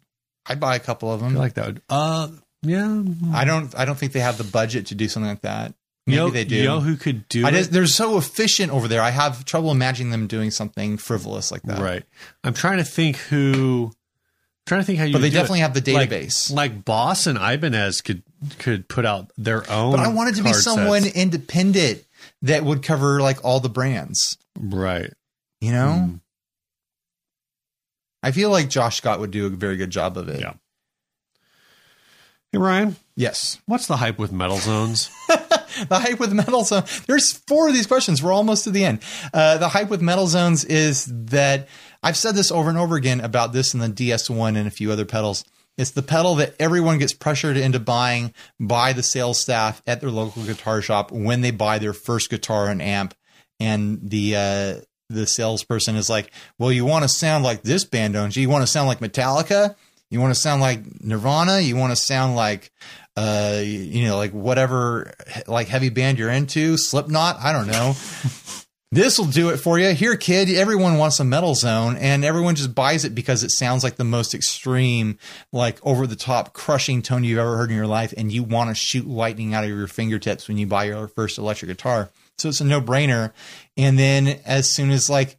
[SPEAKER 1] I'd buy a couple of
[SPEAKER 2] I
[SPEAKER 1] them.
[SPEAKER 2] feel like that would. Uh, yeah.
[SPEAKER 1] I don't I don't think they have the budget to do something like that. Maybe
[SPEAKER 2] Yo-
[SPEAKER 1] they do.
[SPEAKER 2] Yo, who could do
[SPEAKER 1] I
[SPEAKER 2] it?
[SPEAKER 1] just, they're so efficient over there. I have trouble imagining them doing something frivolous like that.
[SPEAKER 2] Right. I'm trying to think who. Trying to think how you.
[SPEAKER 1] But they
[SPEAKER 2] would do it.
[SPEAKER 1] definitely have the
[SPEAKER 2] Like-
[SPEAKER 1] database.
[SPEAKER 2] Like Boss and Ibanez could could put out their own.
[SPEAKER 1] but I wanted to be
[SPEAKER 2] card
[SPEAKER 1] someone
[SPEAKER 2] sets.
[SPEAKER 1] independent that would cover like all the brands.
[SPEAKER 2] right?
[SPEAKER 1] You know,
[SPEAKER 2] Hmm.
[SPEAKER 1] I feel like Josh Scott would do a very good job of it.
[SPEAKER 2] Yeah. Hey Ryan,
[SPEAKER 1] Yes.
[SPEAKER 2] what's the hype with metal zones?
[SPEAKER 1] The hype with metal zone. There's four of these questions. We're almost to the end. Uh, the hype with metal zones is that I've said this over and over again about this in the DS1 and a few other pedals. It's the pedal that everyone gets pressured into buying by the sales staff at their local guitar shop when they buy their first guitar and amp. And the uh, the salesperson is like, "Well, you want to sound like this band, don't you? You want to sound like Metallica? You want to sound like Nirvana? You want to sound like uh, you know, like whatever, like heavy band you're into, Slipknot, I don't know. this will do it for you. Here, kid, everyone wants a metal zone, and everyone just buys it because it sounds like the most extreme, like over the top, crushing tone you've ever heard in your life, and you want to shoot lightning out of your fingertips when you buy your first electric guitar. So it's a no brainer. And then as soon as like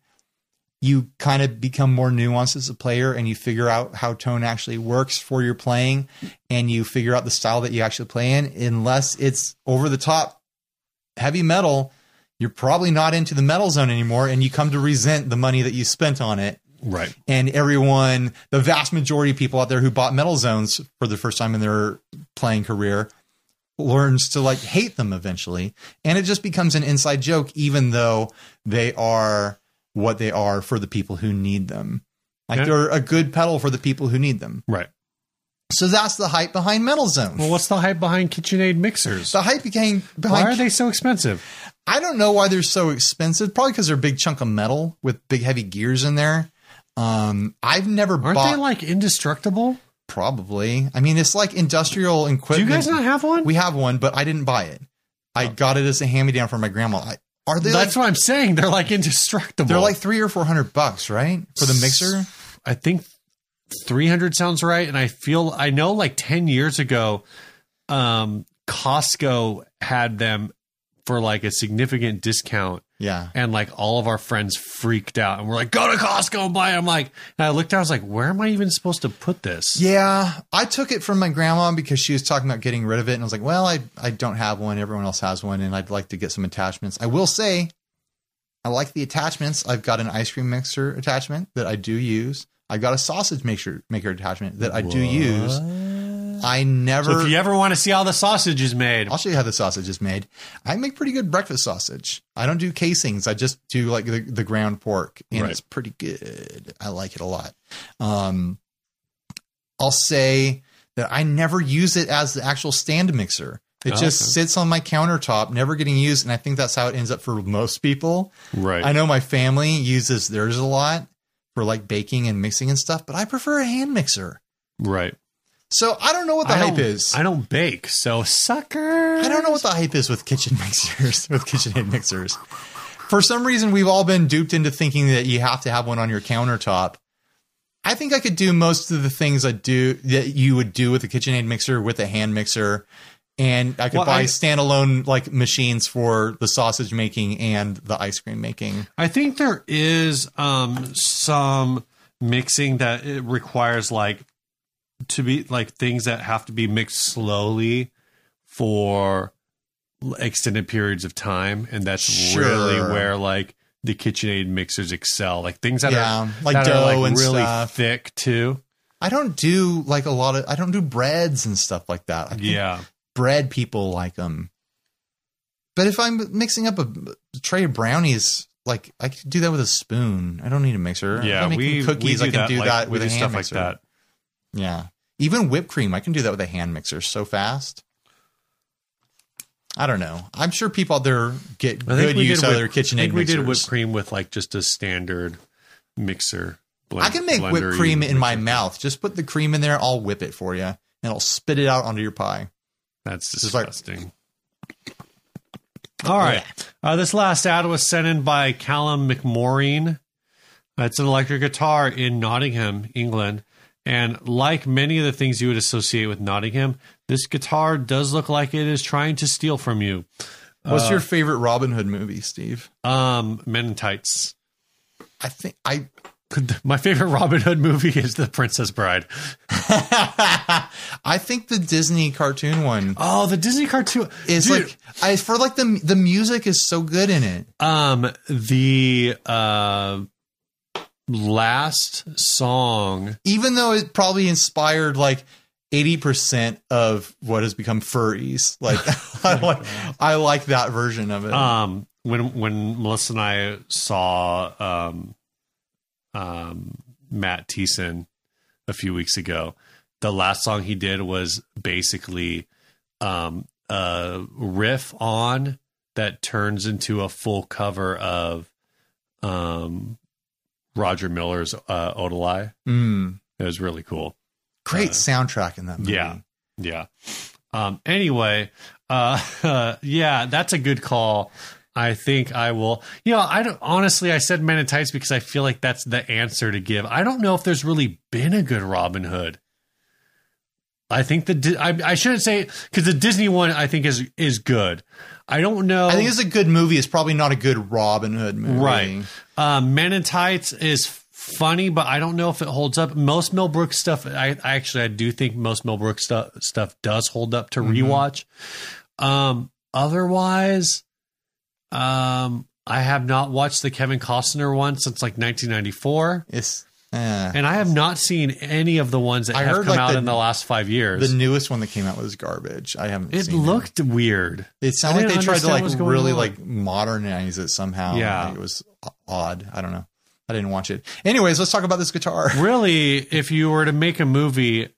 [SPEAKER 1] you kind of become more nuanced as a player and you figure out how tone actually works for your playing and you figure out the style that you actually play in unless it's over the top heavy metal you're probably not into the metal zone anymore and you come to resent the money that you spent on it
[SPEAKER 2] right.
[SPEAKER 1] and everyone the vast majority of people out there who bought metal zones for the first time in their playing career learns to like hate them eventually and it just becomes an inside joke even though they are what they are for the people who need them like
[SPEAKER 2] Yeah.
[SPEAKER 1] they're a good pedal for the people who need them
[SPEAKER 2] Right.
[SPEAKER 1] so that's the hype behind metal zone
[SPEAKER 2] Well, what's the hype behind KitchenAid mixers?
[SPEAKER 1] the hype behind,
[SPEAKER 2] Why
[SPEAKER 1] behind
[SPEAKER 2] are they so expensive?
[SPEAKER 1] I don't know why they're so expensive. Probably because they're a big chunk of metal with big heavy gears in there. Um, I've never
[SPEAKER 2] Aren't
[SPEAKER 1] bought.
[SPEAKER 2] they like indestructible?
[SPEAKER 1] probably. I mean, it's like industrial
[SPEAKER 2] Do you
[SPEAKER 1] equipment.
[SPEAKER 2] guys not have one?
[SPEAKER 1] we have one, but I didn't buy it. I got it as a hand me down from my grandma. I, are they?
[SPEAKER 2] That's
[SPEAKER 1] like,
[SPEAKER 2] what I'm saying. They're like indestructible.
[SPEAKER 1] they're like three or four hundred bucks, right, for the mixer.
[SPEAKER 2] I think 300 sounds right. And I feel, I know like 10 years ago, um, Costco had them for like a significant discount.
[SPEAKER 1] Yeah.
[SPEAKER 2] And like all of our friends freaked out and we're like, go to Costco and buy it. I'm like, and I looked out, I was like, where am I even supposed to put this?
[SPEAKER 1] Yeah, I took it from my grandma because she was talking about getting rid of it, and I was like, "Well, I I don't have one. Everyone else has one, and I'd like to get some attachments." I will say, I like the attachments. I've got an ice cream mixer attachment that I do use. I've got a sausage maker maker attachment that I do use. I never.
[SPEAKER 2] So if you ever want to see how the sausage is made,
[SPEAKER 1] I'll show you how the sausage is made. I make pretty good breakfast sausage. I don't do casings. I just do like the, the ground pork, and
[SPEAKER 2] Right.
[SPEAKER 1] it's pretty good. I like it a lot. Um, I'll say that I never use it as the actual stand mixer. It
[SPEAKER 2] Oh,
[SPEAKER 1] just
[SPEAKER 2] okay.
[SPEAKER 1] sits on my countertop, never getting used, and I think that's how it ends up for most people.
[SPEAKER 2] right.
[SPEAKER 1] I know my family uses theirs a lot for like baking and mixing and stuff, but I prefer a hand mixer.
[SPEAKER 2] Right.
[SPEAKER 1] So I don't know what the
[SPEAKER 2] I
[SPEAKER 1] hype
[SPEAKER 2] don't-
[SPEAKER 1] is.
[SPEAKER 2] I don't bake. So sucker.
[SPEAKER 1] I don't know what the hype is with kitchen mixers, with KitchenAid mixers. For some reason, we've all been duped into thinking that you have to have one on your countertop. I think I could do most of the things I do that you would do with a KitchenAid mixer with a hand mixer, and I could
[SPEAKER 2] Well,
[SPEAKER 1] buy
[SPEAKER 2] I-
[SPEAKER 1] standalone like machines for the sausage making and the ice cream making.
[SPEAKER 2] I think there is um some mixing that it requires like to be like things that have to be mixed slowly for extended periods of time and that's
[SPEAKER 1] Sure.
[SPEAKER 2] really where like the KitchenAid mixers excel like things that
[SPEAKER 1] Yeah,
[SPEAKER 2] are
[SPEAKER 1] like
[SPEAKER 2] that are,
[SPEAKER 1] dough and
[SPEAKER 2] really
[SPEAKER 1] stuff.
[SPEAKER 2] thick too
[SPEAKER 1] I don't do like a lot of I don't do breads and stuff like that. I think
[SPEAKER 2] Yeah.
[SPEAKER 1] bread people like them. But if I'm mixing up a tray of brownies, like I could do that with a spoon. I don't need a mixer. If
[SPEAKER 2] Yeah.
[SPEAKER 1] I'm making
[SPEAKER 2] We,
[SPEAKER 1] cookies.
[SPEAKER 2] we
[SPEAKER 1] I can do
[SPEAKER 2] like,
[SPEAKER 1] that
[SPEAKER 2] we
[SPEAKER 1] with a
[SPEAKER 2] do
[SPEAKER 1] hand
[SPEAKER 2] stuff
[SPEAKER 1] mixer.
[SPEAKER 2] like that.
[SPEAKER 1] Yeah. Even whipped cream, I can do that with a hand mixer so fast. I don't know. I'm sure people out there get
[SPEAKER 2] I think
[SPEAKER 1] good
[SPEAKER 2] we
[SPEAKER 1] use
[SPEAKER 2] did
[SPEAKER 1] out of
[SPEAKER 2] whipped-
[SPEAKER 1] their KitchenAid
[SPEAKER 2] I think we
[SPEAKER 1] mixers.
[SPEAKER 2] did whipped cream with like just a standard mixer. blend-
[SPEAKER 1] I can make
[SPEAKER 2] blender,
[SPEAKER 1] whipped cream
[SPEAKER 2] even
[SPEAKER 1] in my
[SPEAKER 2] mixer.
[SPEAKER 1] mouth. Just put the cream in there. I'll whip it for you, and I'll spit it out onto your pie.
[SPEAKER 2] That's
[SPEAKER 1] is like-
[SPEAKER 2] disgusting. All right. Uh, this last ad was sent in by Callum McMoreen. Uh, It's an electric guitar in Nottingham, England. And like many of the things you would associate with Nottingham, this guitar does look like it is trying to steal from you. Uh,
[SPEAKER 1] What's your favorite Robin Hood movie, Steve?
[SPEAKER 2] Um, Men in Tights.
[SPEAKER 1] I think I.
[SPEAKER 2] My favorite Robin Hood movie is The Princess Bride.
[SPEAKER 1] I think the Disney cartoon one
[SPEAKER 2] Oh, the Disney cartoon
[SPEAKER 1] is
[SPEAKER 2] Dude,
[SPEAKER 1] like I for like the the music is so good in it.
[SPEAKER 2] um the uh last song
[SPEAKER 1] Even though it probably inspired like 80% of what has become furries. Like I like I like that version of it.
[SPEAKER 2] um when when melissa and i saw um um matt Thiessen a few weeks ago the last song he did was basically um a riff on that turns into a full cover of um roger miller's uh odalai
[SPEAKER 1] Mm.
[SPEAKER 2] it was really cool
[SPEAKER 1] Great
[SPEAKER 2] uh,
[SPEAKER 1] soundtrack in that movie.
[SPEAKER 2] yeah. Yeah. Um, anyway, uh, yeah, that's a good call. I think I will. You know, I don't, honestly, I said Men in Tights because I feel like that's the answer to give. I don't know if there's really been a good Robin Hood. I think the Di- I, I shouldn't say because the Disney one I think is is good. I don't know.
[SPEAKER 1] I think it's a good movie. It's probably not a good Robin Hood movie.
[SPEAKER 2] Right. Uh, Men in Tights is funny, but I don't know if it holds up. Most Mel Brooks stuff, I, I actually I do think most Mel Brooks stuff stuff does hold up to
[SPEAKER 1] Mm-hmm.
[SPEAKER 2] rewatch. Um, otherwise, um, I have not watched the Kevin Costner one since like 1994,
[SPEAKER 1] It's eh.
[SPEAKER 2] and I have not seen any of the ones that
[SPEAKER 1] I
[SPEAKER 2] have
[SPEAKER 1] heard,
[SPEAKER 2] come
[SPEAKER 1] like,
[SPEAKER 2] out
[SPEAKER 1] the-
[SPEAKER 2] in the last five
[SPEAKER 1] the
[SPEAKER 2] years.
[SPEAKER 1] newest one that came out was garbage. I haven't
[SPEAKER 2] it
[SPEAKER 1] seen
[SPEAKER 2] looked weird.
[SPEAKER 1] It
[SPEAKER 2] I
[SPEAKER 1] sounded like
[SPEAKER 2] didn't
[SPEAKER 1] they tried to
[SPEAKER 2] understand
[SPEAKER 1] like
[SPEAKER 2] what was going
[SPEAKER 1] really
[SPEAKER 2] on.
[SPEAKER 1] like modernize it somehow.
[SPEAKER 2] Yeah.
[SPEAKER 1] Like, it was o- odd. I don't know. I didn't watch it. Anyways, let's talk about this guitar.
[SPEAKER 2] really, if you were to make a movie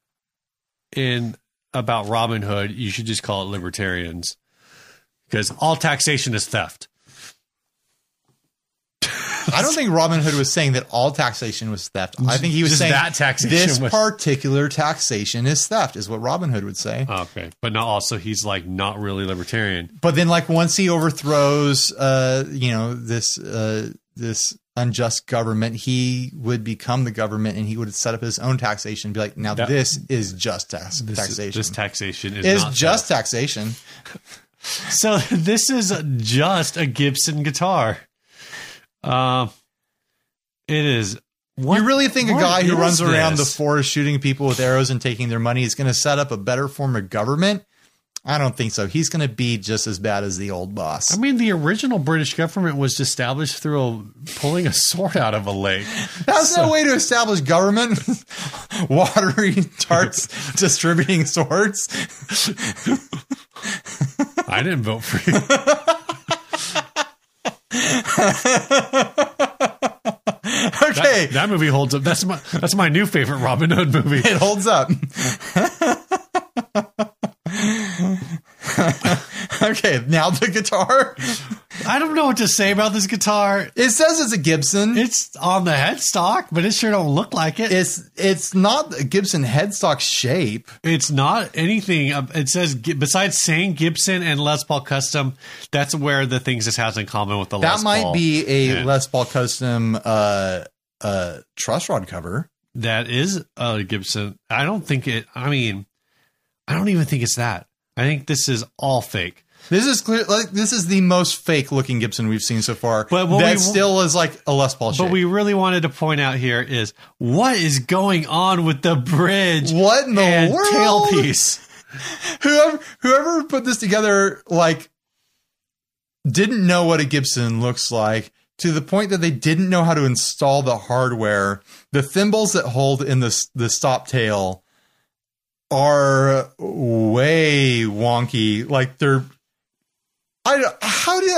[SPEAKER 2] in about Robin Hood, you should just call it Libertarians because all taxation is theft.
[SPEAKER 1] I don't think Robin Hood was saying that all taxation was theft. I think he was
[SPEAKER 2] Just
[SPEAKER 1] saying
[SPEAKER 2] that taxation
[SPEAKER 1] this
[SPEAKER 2] was-
[SPEAKER 1] particular taxation is theft, is what Robin Hood would say.
[SPEAKER 2] Okay, but not also he's like not really libertarian.
[SPEAKER 1] but then, like once he overthrows, uh, you know this uh, this unjust government, he would become the government, and he would set up his own taxation. And be like, now
[SPEAKER 2] That-
[SPEAKER 1] this is just tax taxation.
[SPEAKER 2] This taxation is,
[SPEAKER 1] is
[SPEAKER 2] not
[SPEAKER 1] just taxation.
[SPEAKER 2] theft. so. This is just a Gibson guitar. Um, it is. What,
[SPEAKER 1] You really think a
[SPEAKER 2] what
[SPEAKER 1] guy who
[SPEAKER 2] is
[SPEAKER 1] runs around the
[SPEAKER 2] this?
[SPEAKER 1] forest shooting people with arrows and taking their money is going to set up a better form of government? I don't think so. He's going to be just as bad as the old boss.
[SPEAKER 2] I mean, the original British government was established through a, pulling a sword out of a lake.
[SPEAKER 1] That's no way to establish government. Watery tarts distributing swords.
[SPEAKER 2] I didn't vote for you.
[SPEAKER 1] Okay,
[SPEAKER 2] That movie holds up. That's my that's my new favorite Robin Hood movie.
[SPEAKER 1] it holds up. okay, now the guitar.
[SPEAKER 2] I don't know what to say about this guitar.
[SPEAKER 1] It says it's a Gibson.
[SPEAKER 2] It's on the headstock, but it sure don't look like it.
[SPEAKER 1] It's it's not a Gibson headstock shape.
[SPEAKER 2] It's not anything. uh, It says Gi- besides saying Gibson and Les Paul Custom, that's where the things this has in common with the
[SPEAKER 1] That
[SPEAKER 2] Les
[SPEAKER 1] might
[SPEAKER 2] Paul.
[SPEAKER 1] be a
[SPEAKER 2] Yeah.
[SPEAKER 1] Les Paul custom uh uh truss rod cover.
[SPEAKER 2] that is a Gibson. I don't think it. I mean, I don't even think it's that. I think this is all fake.
[SPEAKER 1] This is clear like this is the most fake looking Gibson we've seen so far.
[SPEAKER 2] But what
[SPEAKER 1] that
[SPEAKER 2] we-
[SPEAKER 1] still is like a Les Paul shape.
[SPEAKER 2] But we really wanted to point out here is what is going on with the bridge
[SPEAKER 1] what in the
[SPEAKER 2] and
[SPEAKER 1] world?
[SPEAKER 2] tailpiece.
[SPEAKER 1] Whoever whoever put this together like didn't know what a Gibson looks like. to the point that they didn't know how to install the hardware. The thimbles that hold in the the stop tail are way wonky. Like they're, I don't- how do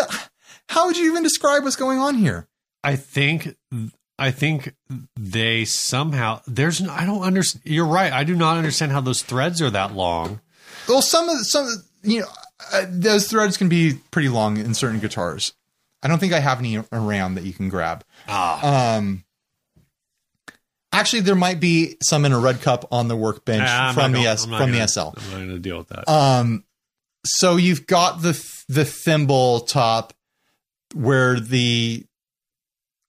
[SPEAKER 1] how would you even describe what's going on here?
[SPEAKER 2] I think I think they somehow there's no, I don't understand. You're right. I do not understand how those threads are that long.
[SPEAKER 1] Well, some of some you know uh, those threads can be pretty long in certain guitars. I don't think I have any around that you can grab.
[SPEAKER 2] Ah,
[SPEAKER 1] Um, actually, there might be some in a red cup on the workbench
[SPEAKER 2] Ah, I'm
[SPEAKER 1] from
[SPEAKER 2] not
[SPEAKER 1] the
[SPEAKER 2] gonna-
[SPEAKER 1] S
[SPEAKER 2] I'm not
[SPEAKER 1] from
[SPEAKER 2] gonna-
[SPEAKER 1] the SL.
[SPEAKER 2] I'm not going to deal with that.
[SPEAKER 1] Um, so you've got the th- the thimble top where the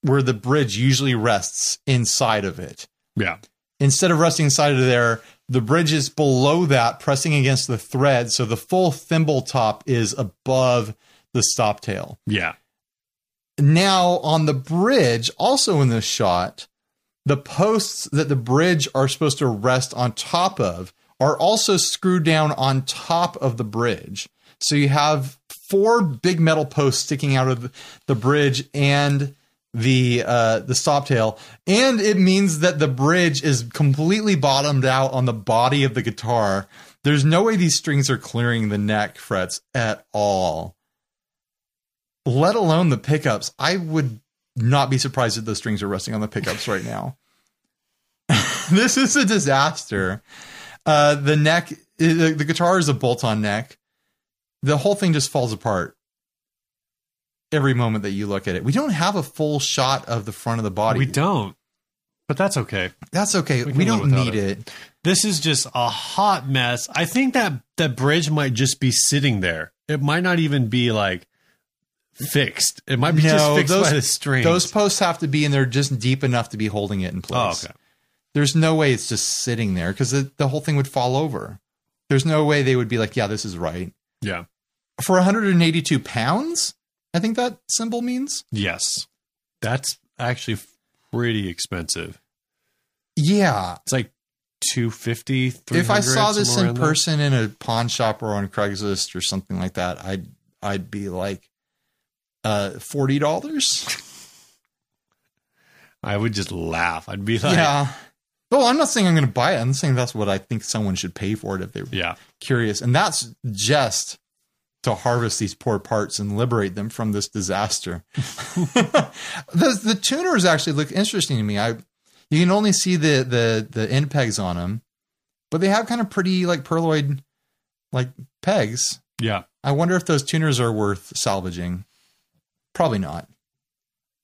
[SPEAKER 1] where the bridge usually rests inside of it.
[SPEAKER 2] yeah,
[SPEAKER 1] Instead of resting inside of there, the bridge is below that, pressing against the thread. So the full thimble top is above the stop tail
[SPEAKER 2] yeah.
[SPEAKER 1] now on the bridge, also in this shot, the posts that the bridge are supposed to rest on top of are also screwed down on top of the bridge. So you have four big metal posts sticking out of the- the bridge and the uh, the stop tail, and it means that the bridge is completely bottomed out on the body of the guitar. There's no way these strings are clearing the neck frets at all let alone the pickups, I would not be surprised if those strings are resting on the pickups right now. this is a disaster. Uh, the neck, the, the guitar is a bolt on neck. The whole thing just falls apart every moment that you look at it. We don't have a full shot of the front of the body.
[SPEAKER 2] We don't, but that's okay.
[SPEAKER 1] That's okay. We,
[SPEAKER 2] can live
[SPEAKER 1] don't
[SPEAKER 2] without
[SPEAKER 1] need it.
[SPEAKER 2] This is just a hot mess. I think that that bridge might just be sitting there. It might not even be like fixed. It might be just
[SPEAKER 1] No,
[SPEAKER 2] fixed
[SPEAKER 1] those-
[SPEAKER 2] by the string.
[SPEAKER 1] Those posts have to be in there just deep enough to be holding it in
[SPEAKER 2] oh,
[SPEAKER 1] place.
[SPEAKER 2] okay.
[SPEAKER 1] there's no way it's just sitting there because the, the whole thing would fall over. There's no way they would be like, yeah, this is right.
[SPEAKER 2] Yeah.
[SPEAKER 1] For 182 pounds, I think that symbol means.
[SPEAKER 2] Yes. That's actually pretty expensive.
[SPEAKER 1] Yeah.
[SPEAKER 2] It's like 250,
[SPEAKER 1] If I saw
[SPEAKER 2] 300,
[SPEAKER 1] this
[SPEAKER 2] somewhere
[SPEAKER 1] in
[SPEAKER 2] there.
[SPEAKER 1] person in a pawn shop or on Craigslist or something like that, I'd I'd be like, uh, forty dollars.
[SPEAKER 2] I would just laugh. I'd be like, yeah.
[SPEAKER 1] Yeah. Well, I'm not saying I'm going to buy it. I'm saying that's what I think someone should pay for it if they were curious. And that's just to harvest these poor parts and liberate them from this disaster. the the tuners actually look interesting to me. I you can only see the the the end pegs on them, but they have kind of pretty like perloid like pegs.
[SPEAKER 2] Yeah.
[SPEAKER 1] I wonder if those tuners are worth salvaging. Probably not.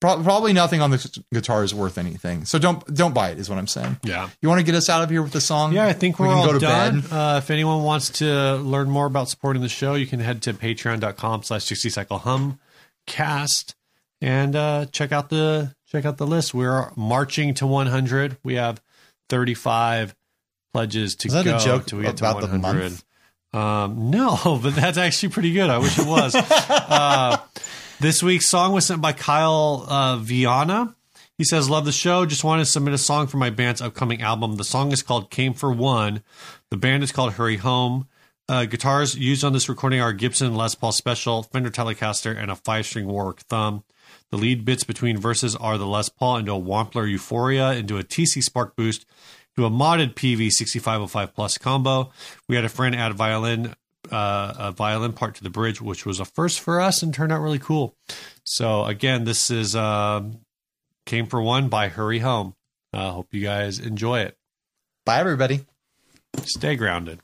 [SPEAKER 1] Pro- probably nothing on the guitar is worth anything. So don't don't buy it is what I'm saying.
[SPEAKER 2] Yeah.
[SPEAKER 1] You want to get us out of here with the song?
[SPEAKER 2] Yeah, I think we're
[SPEAKER 1] Um, we can
[SPEAKER 2] all
[SPEAKER 1] go to
[SPEAKER 2] done.
[SPEAKER 1] bed.
[SPEAKER 2] Uh, if anyone wants to learn more about supporting the show, you can head to patreon.com slash 60 cycle hum cast and uh, check out the check out the list. We're marching to 100. We have 35 pledges to
[SPEAKER 1] Is that a
[SPEAKER 2] go
[SPEAKER 1] joke
[SPEAKER 2] till we get
[SPEAKER 1] about
[SPEAKER 2] to
[SPEAKER 1] the
[SPEAKER 2] 100.
[SPEAKER 1] month?
[SPEAKER 2] Um, no, but that's actually pretty good. I wish it was. uh, this week's song was sent by Kyle uh, Viana. He says, Love the show. Just wanted to submit a song for my band's upcoming album. The song is called Came for One. The band is called Hurry Home. Uh, guitars used on this recording are Gibson Les Paul Special, Fender Telecaster, and a five string Warwick Thumb. The lead bits between verses are the Les Paul into a Wampler Euphoria, into a TC Spark Boost, to a modded PV 6505 Plus combo. We had a friend add violin, uh, a violin part to the bridge, which was a first for us and turned out really cool. So again, this is um, came for one by Hurry Home. Uh, hope you guys enjoy it.
[SPEAKER 1] Bye everybody.
[SPEAKER 2] Stay grounded.